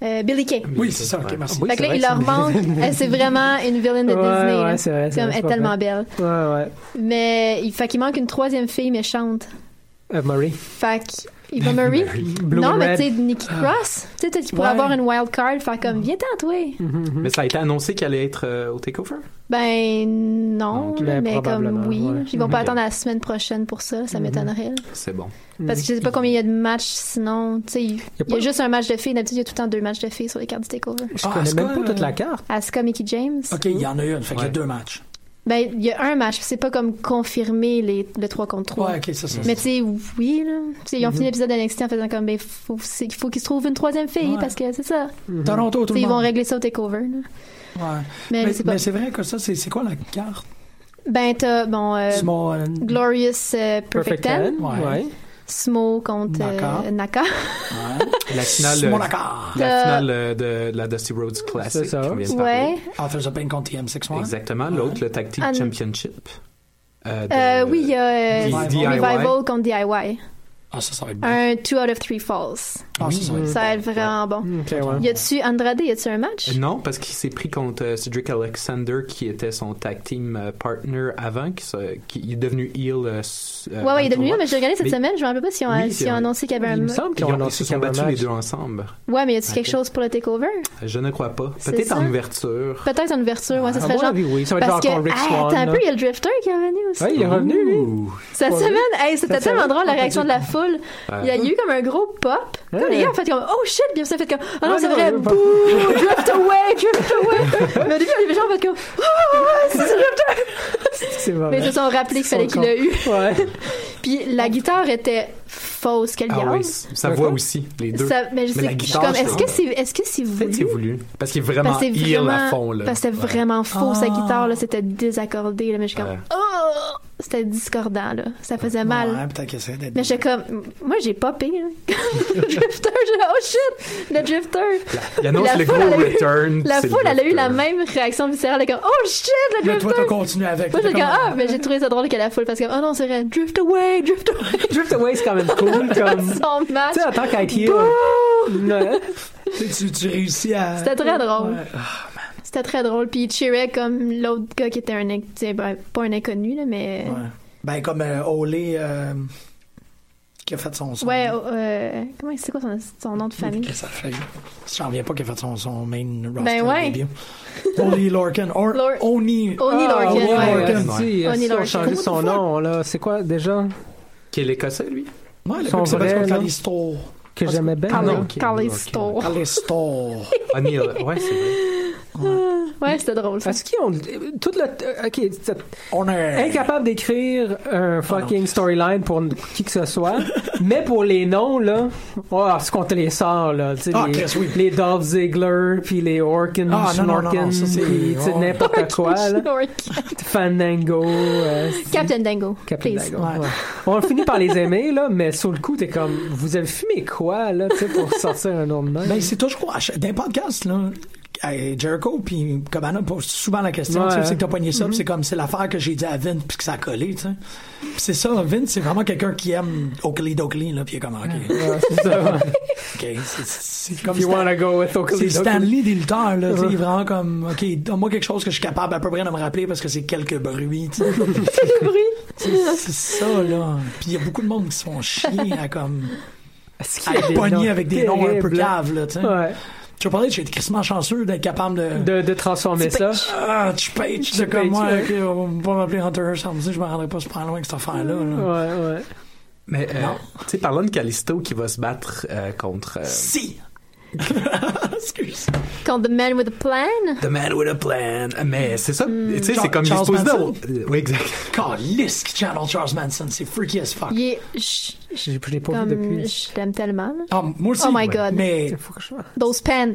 I: Euh, Billy Kay.
H: Oui, c'est ça, ok, merci.
A: Oui,
I: fait
A: c'est
I: que là,
A: vrai
I: il
A: que
I: leur manque. Elle, c'est vraiment une villaine de
J: Ouais,
I: Disney. là.
J: ouais, c'est vrai, c'est
I: Comme,
J: vrai,
I: elle
J: c'est
I: est tellement
J: vrai.
I: belle.
J: Ouais, ouais.
I: Mais il fait qu'il manque une troisième fille méchante.
J: Euh, Murray.
I: Fait qu'il va Murray.
J: Blue
I: non,
J: and
I: mais
J: Red. Ah.
I: tu sais, Nikki Cross. Tu sais, peut-être qu'il pourrait
H: Ouais.
I: avoir une wild card, faire
J: Mm.
I: comme, viens-t'en, toi.
J: Mhm,
A: Mais ça a été annoncé qu'elle allait être euh, au Takeover?
I: Ben, non,
A: Donc,
I: là,
J: mais
I: mais,
J: probablement,
I: comme oui.
J: ouais. Mm-hmm.
I: Ils vont pas
A: Ok.
I: attendre la semaine prochaine pour ça, ça m'étonnerait. là.
A: C'est bon.
I: Parce que je sais pas combien il y a de matchs, sinon, tu sais, il
J: Y a
I: il y
J: pas-
I: a juste un match de filles. D'habitude, il y a tout le temps deux matchs de filles sur les cartes du takeover.
J: Je
H: Ah,
J: connais
H: est-ce
J: même
H: que-
J: pas toute la carte.
I: Asuka, Mickey James.
H: Ok, il y en a une, fait qu'il y a
A: Ouais.
H: deux matchs.
I: Ben, il y a un match, c'est pas comme confirmer les, le 3 contre 3.
H: Ouais, Mhm. ok, c'est ça.
I: Mais tu sais, oui, là. Tu sais, ils ont fini l'épisode d'NXT en faisant comme, ben, faut, c'est- il faut qu'ils se trouvent une troisième fille,
H: Ouais.
I: parce que c'est ça.
A: Mhm.
H: Toronto, tout
I: Tu sais,
H: le
I: ils vont
H: monde.
I: régler ça au takeover, là.
H: Ouais.
I: Mais,
H: Mais,
I: je sais pas.
H: mais c'est vrai que ça, c'est c'est quoi la carte?
I: Ben, t'as, bon, euh,
H: Small, euh,
I: Glorious euh, Perfect, Ten.
H: Ouais.
J: Ouais.
I: Smo contre
H: Naka.
I: euh, Naka.
A: La finale,
H: Small
A: euh,
H: accord.
A: la
I: Euh,
A: finale euh, de, la Dusty Rhodes Classic.
J: ça.
A: qu'on vient de
I: Ouais.
A: parler.
H: Authors of Pain contre TM61.
A: Exactement. L'autre, le Tag Team
I: Anne-
A: Championship. euh, de-
I: Euh, oui, il y a euh,
A: D- DIY.
I: Revival contre DIY.
H: Ah, ça, ça va être bon.
I: Un 2 out of 3 falls.
H: Ah, ça, ça va être
I: Euh, Ça va être vraiment bon.
J: Ok, ouais.
I: Y a-tu Andrade, y a-tu un
H: Euh,
I: match?
A: Euh, Non, parce qu'il s'est pris contre euh, Cedric Alexander, qui était son tag team euh, partner avant, qui, se- qui est devenu heel. euh, s- euh,
I: Ouais, ouais, il est devenu,
A: Antonio.
I: mais j'ai regardé cette
A: Mais-
I: semaine, je me rappelle pas si on
A: Oui, c'est
I: ont
A: vrai.
I: annoncé qu'il y avait
J: Il
I: un
J: me
I: match.
J: semble
A: Ils,
J: qu'ils
A: ont,
J: ont
A: ils
J: lancé
A: se sont
J: comme un
A: battus les
J: match.
A: deux ensemble.
I: Ouais, mais y a-tu
A: Ok.
I: quelque chose pour le takeover?
A: Je ne crois pas.
I: C'est
A: Peut-être
I: ça.
A: en ouverture.
I: Peut-être une ouverture, ouais, ça
J: À
I: serait
J: mon
I: genre.
J: avis, oui. Ça va être genre
I: Parce que,
J: contre Rick
I: hey,
J: Swan.
I: attends un
J: là.
I: peu, il y a le drifter qui est revenu aussi.
J: Ouais, il est revenu, lui.
A: Ouh.
I: Cette
J: Ouais.
I: semaine, hey, c'était
J: Cette
I: tellement
J: semaine,
I: drôle la
J: on peut
I: réaction de
J: dire-
I: la foule. Il y a eu comme un gros pop. Comme
J: Ouais.
I: Les gars ont fait comme oh shit, puis ça fait comme oh non,
J: Ouais,
I: c'est
J: non,
I: vrai,
J: non, pas-
I: bouh, drift away, drift away. Mais au début, les gens ont fait comme oh, c'est le drifter.
J: C'est vrai.
I: Mais ils se sont rappelés qu'il fallait
J: Ils sont
I: qu'il l'a eu.
J: Ouais.
I: Puis la guitare était fausse, qu'elle
A: Ah oui,
I: garde.
A: c- sa voix aussi, les deux.
I: Ça- mais je
A: Mais la
I: sais, je suis
A: guitare,
I: comme,
A: je
I: est-ce
A: sais
I: que
A: pas.
I: c'est, est-ce que c'est
A: Peut-être c'est
I: voulu?
A: voulu. Parce qu'il est
I: Parce
A: vraiment
I: que c'est
A: heel à
I: vraiment,
A: fond, là.
I: parce que c'était
A: Ouais.
I: vraiment faux, sa
H: Ah.
I: guitare, là, c'était désaccordé, là, mais je suis comme,
A: Ouais.
I: oh! C'était discordant, là. Ça faisait mal.
H: Ouais, peut-être que ça va être-
I: Mais j'étais comme, moi j'ai popé. Là. le drifter, j'ai oh shit, le drifter.
A: Il annonce
I: La
A: le
I: foule,
A: gros
I: elle a eu-
A: return.
I: La
A: c'est le
I: foule, elle a eu la
A: Drifter.
I: même réaction viscérale, elle est comme oh shit, le
H: Là,
I: drifter.
H: toi, t'as continué avec.
I: moi
H: T'as
I: j'ai comme
H: comme-
I: ah, mais j'ai trouvé ça drôle que la foule parce que oh non c'est vrai, drift away, drift away.
J: Drift Away, c'est quand même cool. Comme... Tu
I: Son match.
J: sais, en tant E, qu'IT.
I: Bouh!
J: Ah,
H: Tu- tu, tu réussis à.
I: C'était très drôle.
H: Ouais. Ah,
I: C'était très drôle. Puis il cheerait comme l'autre gars qui était un, inc- tu sais, ben, pas un inconnu là, mais
H: Ouais. Ben, comme euh, Ole euh, qui a fait son. son
I: ouais, euh, comment c'est quoi son, son nom de famille?
H: Qu'est-ce que ça fait? J'en reviens pas qu'il a fait son, son main roster
I: Ben ouais.
H: au début. Oli Lorcan. Or,
I: Lor- Oh.
H: Oni.
I: Oni
J: Ah,
I: Lorcan.
J: ouais,
I: ouais.
J: ouais,
A: Lorcan.
J: si, si,
I: Oni
J: on a
I: Lorcan.
J: changé son nom, là. C'est quoi, déjà?
A: Qui est l'écossais, lui
H: Ouais, le
J: Son
H: gars qui s'est
J: vrai,
H: battu contre
J: là.
H: Calisto.
J: Que j'aimais bien.
I: Carly-
A: non, ok,
I: Carly
A: ok.
I: Store.
A: Ah,
H: Calisto.
A: O'Neill. Ouais, c'est vrai.
I: Ouais, c'était drôle. Ça.
J: Parce qu'ils ont tout le euh, ok c'est-
H: On est.
J: incapable d'écrire un fucking storyline pour qui que ce soit mais pour les noms là oh, ce qu'on te les sort là tu sais,
H: Ah,
J: les,
H: Chris, oui.
J: les Dolph Ziggler puis les Orkins
H: Ah, non, non, non,
J: Snorkins
H: ça, c'est-
J: puis tu sais,
H: oh.
J: n'importe quoi là. Fandango euh,
I: Captain Dango.
J: Captain
I: please.
J: Dagon, ouais. On finit par les aimer, là, mais sur le coup, t'es comme, vous avez fumé quoi, là, tu sais, pour sortir un nom de même?
H: Ben, c'est toujours à chaque- dans les podcasts, là. euh, Jericho puis Cabana posent souvent la question,
J: Ouais. Mm-hmm.
H: tu sais, c'est que t'as pogné ça, puis c'est comme c'est l'affaire que j'ai dit à Vince puis que ça a collé, tu sais. Puis c'est ça, Vince, c'est vraiment quelqu'un qui aime Oakley Dokley, là, puis il est comme ok,
J: Ouais, c'est ça,
H: Ben,
J: ouais.
H: ok, c'est- c'est comme
J: If you
H: Stan-
J: wanna go with
H: c'est
J: Oakley Dokley.
H: Stanley des lutteurs, là, tu sais, vraiment comme ok, donne-moi quelque chose que je suis capable à peu près de me rappeler parce que c'est quelques bruits, tu sais. C'est- c'est ça là. Puis il y a beaucoup de monde qui se font chier à comme
J: Est-ce qu'il
H: à
J: y a
H: être
J: des
H: pogné
J: noms
H: avec des noms un peu
J: terribles, là?
H: caves, là, tu sais.
J: Ouais.
H: Tu as parlé, j'ai été crissement chanceux d'être capable de.
J: De, de transformer ça.
H: Ah, tu pètes,
J: Tu
H: c'est comme
J: pètes,
H: moi,
J: ouais.
H: ok, on va pas m'appeler Hunter Hearst Helmsley, je me rendrais pas super loin que cette affaire-là.
J: Ouais,
H: là.
J: ouais.
A: Mais, euh, tu sais, parlant de Callisto qui va se battre euh, contre euh,
H: Si! Excuse.
I: Contre The Man with a Plan.
A: The Man with a Plan. Mais c'est ça,
I: Hmm.
A: tu sais, c'est
H: Char-
A: comme il est
H: Charles
A: supposé
H: Manson?
A: d'avoir- Oui, exact.
H: Calisse qui channel Charles Manson, c'est freaky as fuck.
I: Il est. je- je-
J: Ah. J'ai- Je l'ai pas vu
I: Comme,
J: depuis.
I: je l'aime tellement. là.
H: Ah, moi aussi.
I: Oh my God.
H: Mais
J: Faut que je-
I: Those pants.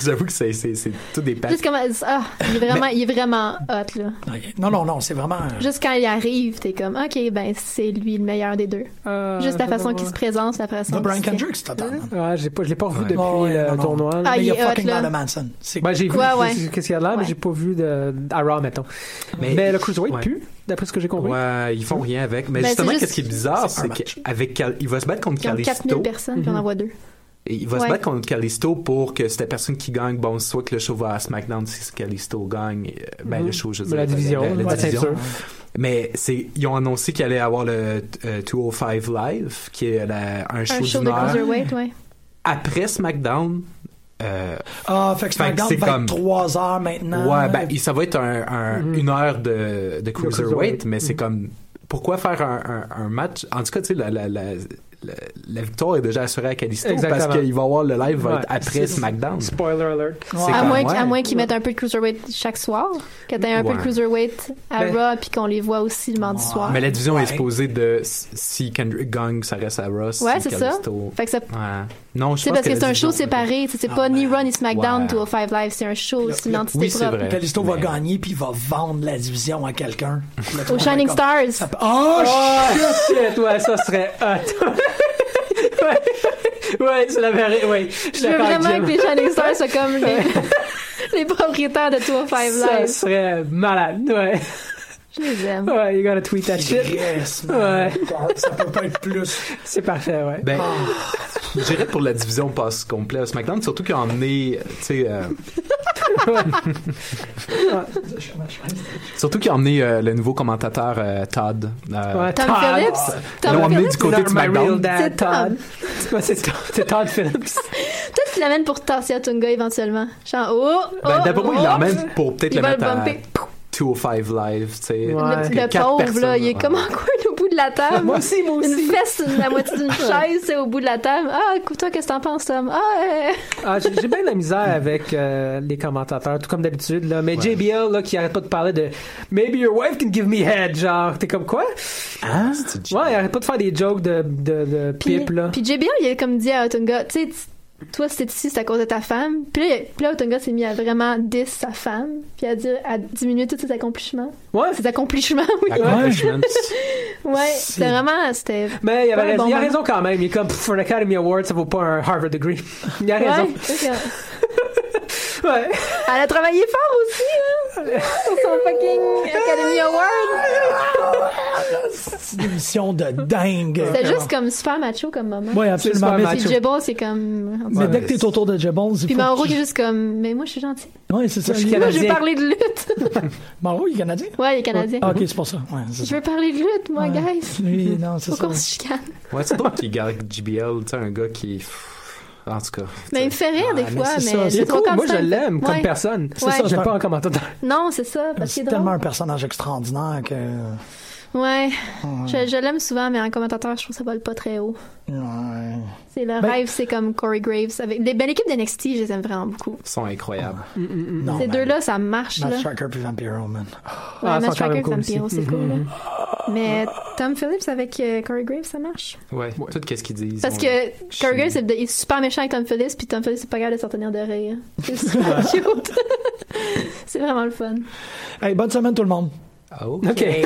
A: J'avoue que c'est, c'est, c'est tout des pattes.
I: Juste comme. Ah, il est vraiment, il est vraiment hot, là.
J: Ah.
H: Ok. non, non, non, c'est vraiment. euh,
I: Juste quand il arrive, t'es comme, OK, ben, c'est lui le meilleur des deux.
J: Euh,
I: Juste la
J: je sais
I: façon
J: pas,
I: qu'il se
J: ouais.
I: présente, la façon.
H: The Brian
I: qu'il se tient.
H: Kendrick, c'est totalement.
J: Ouais, j'ai pas, je l'ai pas revu
A: Ouais.
J: depuis euh,
H: Ouais,
J: le
H: non, non.
J: tournoi. là.
I: Ah,
H: mais
I: il
H: il y
I: est
H: a
I: hot,
H: fucking
I: là.
H: mal de Manson. C'est
J: Ben, j'ai vu
I: Ouais, Ah, ouais.
J: qu'est-ce qu'il y a de là, mais
I: Ouais.
J: j'ai pas vu de, à Raw, mettons. Mais, le Cruiserweight
A: Ouais.
J: pue, d'après ce que j'ai compris.
A: Ouais, ils font rien avec. Mais,
I: Mais
A: justement,
I: Ben, c'est juste-
A: qu'est-ce qui est bizarre,
H: c'est un
A: c'est
H: match.
A: qu'avec Cal- il va se battre contre
I: Comme 4000
A: Callisto.
I: personnes,
J: Mhm.
I: puis on en voit deux.
A: Et il va
I: Ouais.
A: se battre contre Callisto pour que cette personne qui gagne, bon, soit que le show va à SmackDown si Callisto gagne, euh, ben
I: Mm-hmm.
J: Mhm.
A: le show, je veux
J: Mais la
A: dire, ben,
J: division,
A: la, la
J: la
A: division.
J: ceinture.
A: Mais c'est, ils ont annoncé qu'il allait avoir le euh, 205 Live, qui est la- un show,
I: Un show
A: d'une
I: de
A: heure.
I: Cruiserweight, ouais.
A: Après SmackDown, euh,
H: Ah, fait que
A: Fait que
H: SmackDown
A: c'est
H: va être
A: comme-
H: 3 heures maintenant.
A: ouais, ben il- ça va être un, un-
I: Mm-hmm.
A: une heure de, de
J: cruiserweight.
A: cruiserweight, mais c'est comme pourquoi faire un, un- un match En tout cas, tu sais, la, la, la, la, la victoire est déjà assurée à Callisto
J: Exactement.
A: parce qu'il va avoir le live va
J: Ouais.
A: être après SmackDown.
J: Spoiler alert.
A: C'est
I: À
A: comme,
I: moins,
A: ouais.
I: à moins qu'ils mettent un peu de Cruiserweight chaque soir. Que t'aies un peu de
A: Ouais.
I: Cruiserweight à
J: Ben-
I: Raw, puis qu'on les voit aussi le mardi soir.
A: Mais la division
H: Ouais.
A: est supposée de si Kendrick gagne, ça reste à Ross.
I: Ouais,
A: si
I: c'est ça.
A: Callisto-
I: Fait que ça.
A: Ouais. Non, je
I: C'est
A: pense
I: parce que
A: la
I: c'est un show
A: division-
I: séparé. C'est c'est
H: Ah,
I: pas ni
H: ben,
I: Raw ni SmackDown,
A: ouais.
I: 205 Live. C'est un show, c'est une entité
A: oui, c'est
I: propre.
A: vrai.
H: Calisto va
A: Mais-
H: gagner puis il va vendre la division à quelqu'un.
I: Au Shining Stars.
J: Oh
H: Oh,
J: shit, ouais, ça serait hot. ouais, ouais, tu l'avais. Ouais, suis
I: Je veux
J: d'accord avec
I: vraiment que
J: Jim.
I: les Shining Stars soient comme les, les propriétaires de 205
J: Ça
I: Live.
J: serait malade, ouais.
I: Je les aime.
J: Ouais, you gotta tweet that shit.
H: Yes,
J: Ouais.
H: man. Ça peut pas être plus.
J: C'est parfait, ouais.
A: Ben,
I: Ah.
A: je dirais pour la division passe complet à SmackDown, surtout qu'ils ont emmené, tu sais, euh, surtout qu'ils ont emmené euh, le nouveau commentateur euh, Todd. euh,
J: Ouais,
I: Tom
J: Todd.
I: Phillips.
A: Ils l'ont
I: Tom
A: emmené du
I: Phillips.
A: côté du
J: My real
A: SmackDown.
J: dad,
I: C'est Tom.
J: Todd. Ouais, c'est Todd, c'est Todd Phillips.
I: Peut-être qu'il l'amène pour Tarsia Tunga éventuellement. Genre, oh, oh,
A: Ben, D'abord,
I: oh,
A: ils l'emmènent pour peut-être
I: Il
A: le
I: va le
A: mettre à
I: bumper. Pouf.
A: 205 Live, tu sais.
J: Ouais.
I: Le, petit-
A: que
I: le
A: quatre
I: pauvre,
A: personnes,
I: là, il est
A: ouais.
I: comme en coin au bout de la table.
J: Moi aussi, moi
I: Une
J: aussi.
I: fesse, la moitié d'une chaise, c'est au bout de la table. Ah, écoute-toi, qu'est-ce que t'en penses, Tom? Ah, euh,
J: Ah, j'ai j'ai bien de la misère avec euh, les commentateurs, tout comme d'habitude, là. Mais JBL, là, qui arrête pas de parler de Maybe your wife can give me head, genre. T'es comme quoi?
A: Hein? C'est du-
J: Ouais, il arrête pas de faire des jokes de, de, de
I: Puis,
J: pipe, là.
I: puis JBL, il a comme dit à Otunga, tu sais, tu- toi, si t'es ici, c'est à cause de ta femme. Puis là, il- puis là, Otunga s'est mis à vraiment diss sa femme, puis à dire, à diminuer tous ses accomplissements.
J: Ouais,
I: Ses accomplissements, oui.
A: Accomplishments.
I: Ouais, c'était vraiment, c'était...
J: Mais il, avait
I: Ouais,
J: raison,
I: bon ben.
J: il a
I: moment.
J: raison quand même. Il est comme Pff, un Academy Award, ça vaut pas un Harvard degree. Il a raison.
I: Ouais, c'est ça.
J: Ouais.
I: Elle a travaillé fort aussi, hein, pour son fucking Academy Award.
H: C'est une émission de dingue.
I: C'était juste comme super macho comme moment.
H: Oui,
J: C'est
H: absolument.
J: super
H: Mais,
J: macho.
I: Puis Jebo, c'est comme...
H: mais dès que t'es autour de Jebons, il
I: Puis
H: faut que
I: Mauro qui
H: tu-
I: est juste comme, mais moi, je suis gentil.
H: Ouais, c'est ça.
J: je suis
H: il-
I: Moi, je veux
J: Canadien.
I: parler de lutte.
H: Mauro, il est canadien.
I: Ouais, il est canadien.
H: Ah, ok, c'est pour ça. Ouais, c'est
I: Je
H: ça.
I: veux parler de lutte, moi,
H: Ouais.
I: guys.
H: Lui, non, c'est
I: Faut
H: ça.
I: qu'on se chicane.
A: Ouais, c'est toi qui garde JBL, tu sais, un gars qui. pff, En tout cas. tu
I: Mais il
A: sais.
I: me fait rire des
H: mais
I: fois,
H: c'est ça,
I: mais, je
H: c'est
I: le
J: C'est
I: trouve
J: cool.
I: comme
J: Moi,
I: ça.
J: je l'aime comme
I: Ouais.
J: personne.
I: Ouais.
J: Je l'aime pas en commentateur.
I: Non, c'est ça, parce
H: C'est
I: qu'il est drôle.
H: tellement un personnage extraordinaire que.
I: Ouais. Je, je l'aime souvent, mais en commentateur, je trouve que ça vole pas très haut.
H: Ouais.
I: C'est le
H: Ben-
I: rêve, c'est comme Corey Graves. Avec... les- Ben, L'équipe d'NXT, je les aime vraiment beaucoup.
A: Ils sont incroyables.
J: Ah.
I: Mm,
H: Non,
I: Ces
H: man.
I: deux-là, ça marche. Là.
H: Matt Striker puis Vampiro, man.
I: Ouais,
J: Ah, ils
I: Matt
J: sont quand
I: Striker
J: même
I: et
J: cool aussi.
I: Vampiro, c'est cool. là.
H: Mm-hmm.
I: Mais Tom Phillips avec euh, Corey Graves, ça marche.
A: Ouais. Tout qu'est-ce qu'ils disent.
I: Parce
A: on-
I: que Corey
A: Chimie.
I: Graves il est super méchant avec Tom Phillips, puis Tom Phillips, c'est pas capable de s'en tenir de rire. C'est super cute. c'est vraiment le fun.
H: Hey, bonne semaine, tout le monde.
A: Ah, oh.
J: OK. Bonne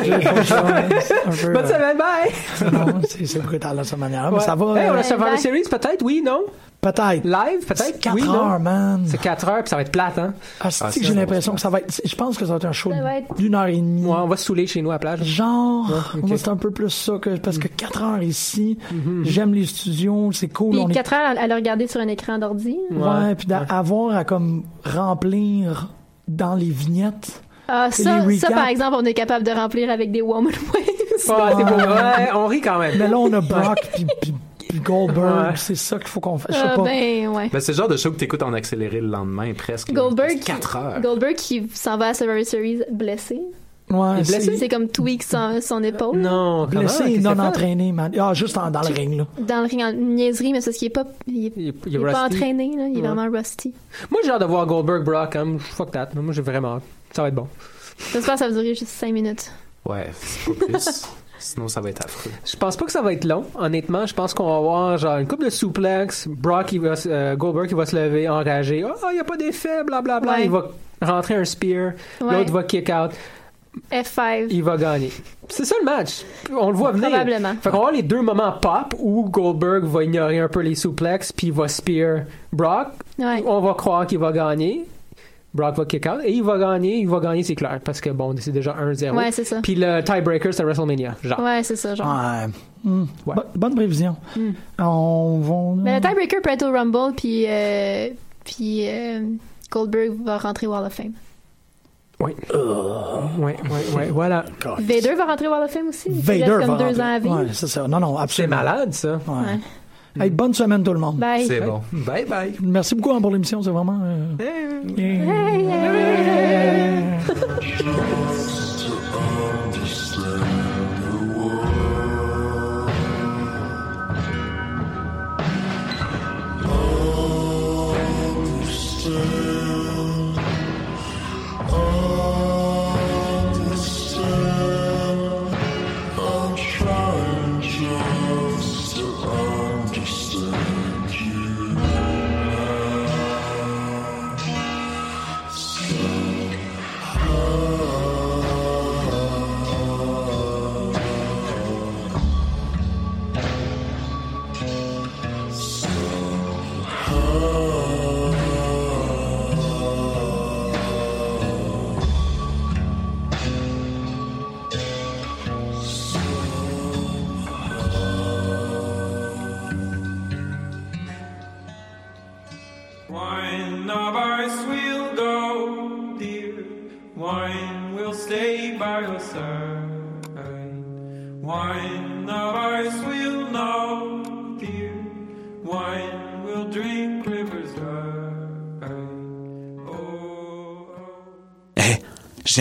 H: Bonne
J: semaine, bye!
H: semaine. euh, C'est c'est brutal, là, cette manière-là. Mais ça va.
J: Hey, on
H: euh,
J: a sauvé
I: bye.
J: la série, peut-être, oui, non?
H: Peut-être.
J: Live,
H: C'est
J: peut-être?
H: 4
J: oui, non?
H: heures, man.
J: C'est 4 heures, puis ça va être plate, hein?
H: Ah, c'est
A: Ah,
H: que
A: ça,
H: j'ai
A: ça
H: l'impression
A: va
H: que ça va être. Je pense que ça va être un show
I: Ça va être-
H: d'une heure et demie.
J: Ouais, on va se saouler chez nous à la plage.
H: Genre,
J: Ouais, ok.
H: moi, c'est un peu plus ça que. Parce que 4 heures ici, j'aime les studios, c'est cool.
I: Puis
H: on est
I: 4 heures à, à le regarder sur un écran d'ordi.
H: Ouais, puis d'a- avoir à comme remplir dans les vignettes.
I: Ah,
H: Et
I: ça,
H: les
I: ça, par
H: recaps.
I: exemple, on est capable de remplir avec des Woman Waves.
J: Ah, c'est beau. Ouais, on rit quand même.
H: Mais là, on a Brock puis- puis puis Goldberg,
J: Ouais.
H: c'est ça qu'il faut qu'on fasse. Je sais
I: Ah,
H: pas.
I: ben, ouais.
A: Ben, c'est le genre de show que t'écoutes en accéléré le lendemain, presque.
I: Goldberg,
A: 4 heures.
I: qui, Goldberg qui s'en va à Survivor Series blessé.
H: Ouais,
J: blessé?
H: c'est-
I: C'est comme tweak son, son épaule.
J: Non, comment?
H: blessé et
J: Qu'est-ce
H: non
J: que ça fait?
H: entraîné, man. Ah, juste en- dans le ring, là.
I: Dans le ring, en une niaiserie, mais c'est parce qu'il est pas, il est,
J: Il est- il est
I: il est pas
J: rusty.
I: entraîné, là. Il est
J: Ouais.
I: vraiment rusty.
J: Moi, j'ai hâte de voir Goldberg Brock. Hein. Fuck that. Moi, j'ai vraiment hâte. Ça va être bon.
I: J'espère que ça va durer juste 5 minutes.
A: Ouais, c'est pas plus. Sinon, ça va être affreux.
J: Je pense pas que ça va être long, honnêtement. Je pense qu'on va avoir genre une couple de souplex. Brock, il va, se- euh, Goldberg, il va se lever, enragé. Ah, il n'y a pas d'effet, blablabla.
I: Ouais.
J: Il va rentrer un spear.
I: Ouais.
J: L'autre va kick out.
I: F5.
J: Il va gagner. C'est ça le match. On le voit venir.
I: Probablement.
J: Fait qu'on va avoir les deux moments pop où Goldberg va ignorer un peu les souplex, puis il va spear Brock.
I: Ouais.
J: On va croire qu'il va gagner. Brock va kick out. Et il va gagner. Il va gagner, c'est clair. Parce que bon, c'est déjà 1-0.
I: Ouais, c'est ça.
J: Puis le tiebreaker, c'est à WrestleMania. Genre.
I: Ouais, c'est ça, genre.
H: Ouais. Mm.
J: Ouais.
H: Bo- bonne prévision. On va.
I: Mais le tiebreaker peut être au Rumble, puis, euh, puis euh, Goldberg va rentrer au Wall of Fame.
J: Oui. Ouais, ouais, ouais, voilà.
I: Vader va rentrer au Wall of Fame aussi. Il
H: Ah, Vader
I: reste
H: va
I: comme deux
H: rentrer.
I: ans à vivre.
H: Ouais, c'est ça. Non, non,
J: C'est
H: absolument.
J: malade, Mm-hmm. ça.
H: Ouais.
I: Ouais.
H: Hey, bonne semaine, tout le monde.
I: Bye.
A: C'est bon. Bye bye.
H: Merci beaucoup hein, pour l'émission, c'est vraiment. euh, Yeah.
B: Wine of ours will go, dear. Wine will stay by your side. Wine of ours will know, dear. Wine will drink rivers dry. Oh, oh.
K: Eh, j'ai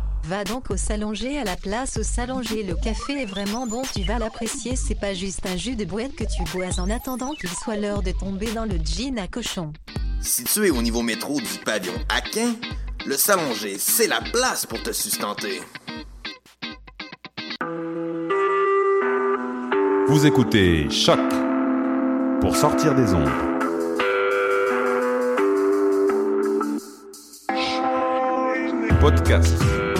L: Va donc au Salonger à la place au Salonger. Le café est vraiment bon, tu vas l'apprécier. C'est pas juste un jus de boîte que tu bois en attendant qu'il soit l'heure de tomber dans le jean à cochon.
B: Situé au niveau métro du pavillon Aquin, le Salon G, c'est la place pour te sustenter.
M: Vous écoutez Choc pour sortir des ondes. Podcast,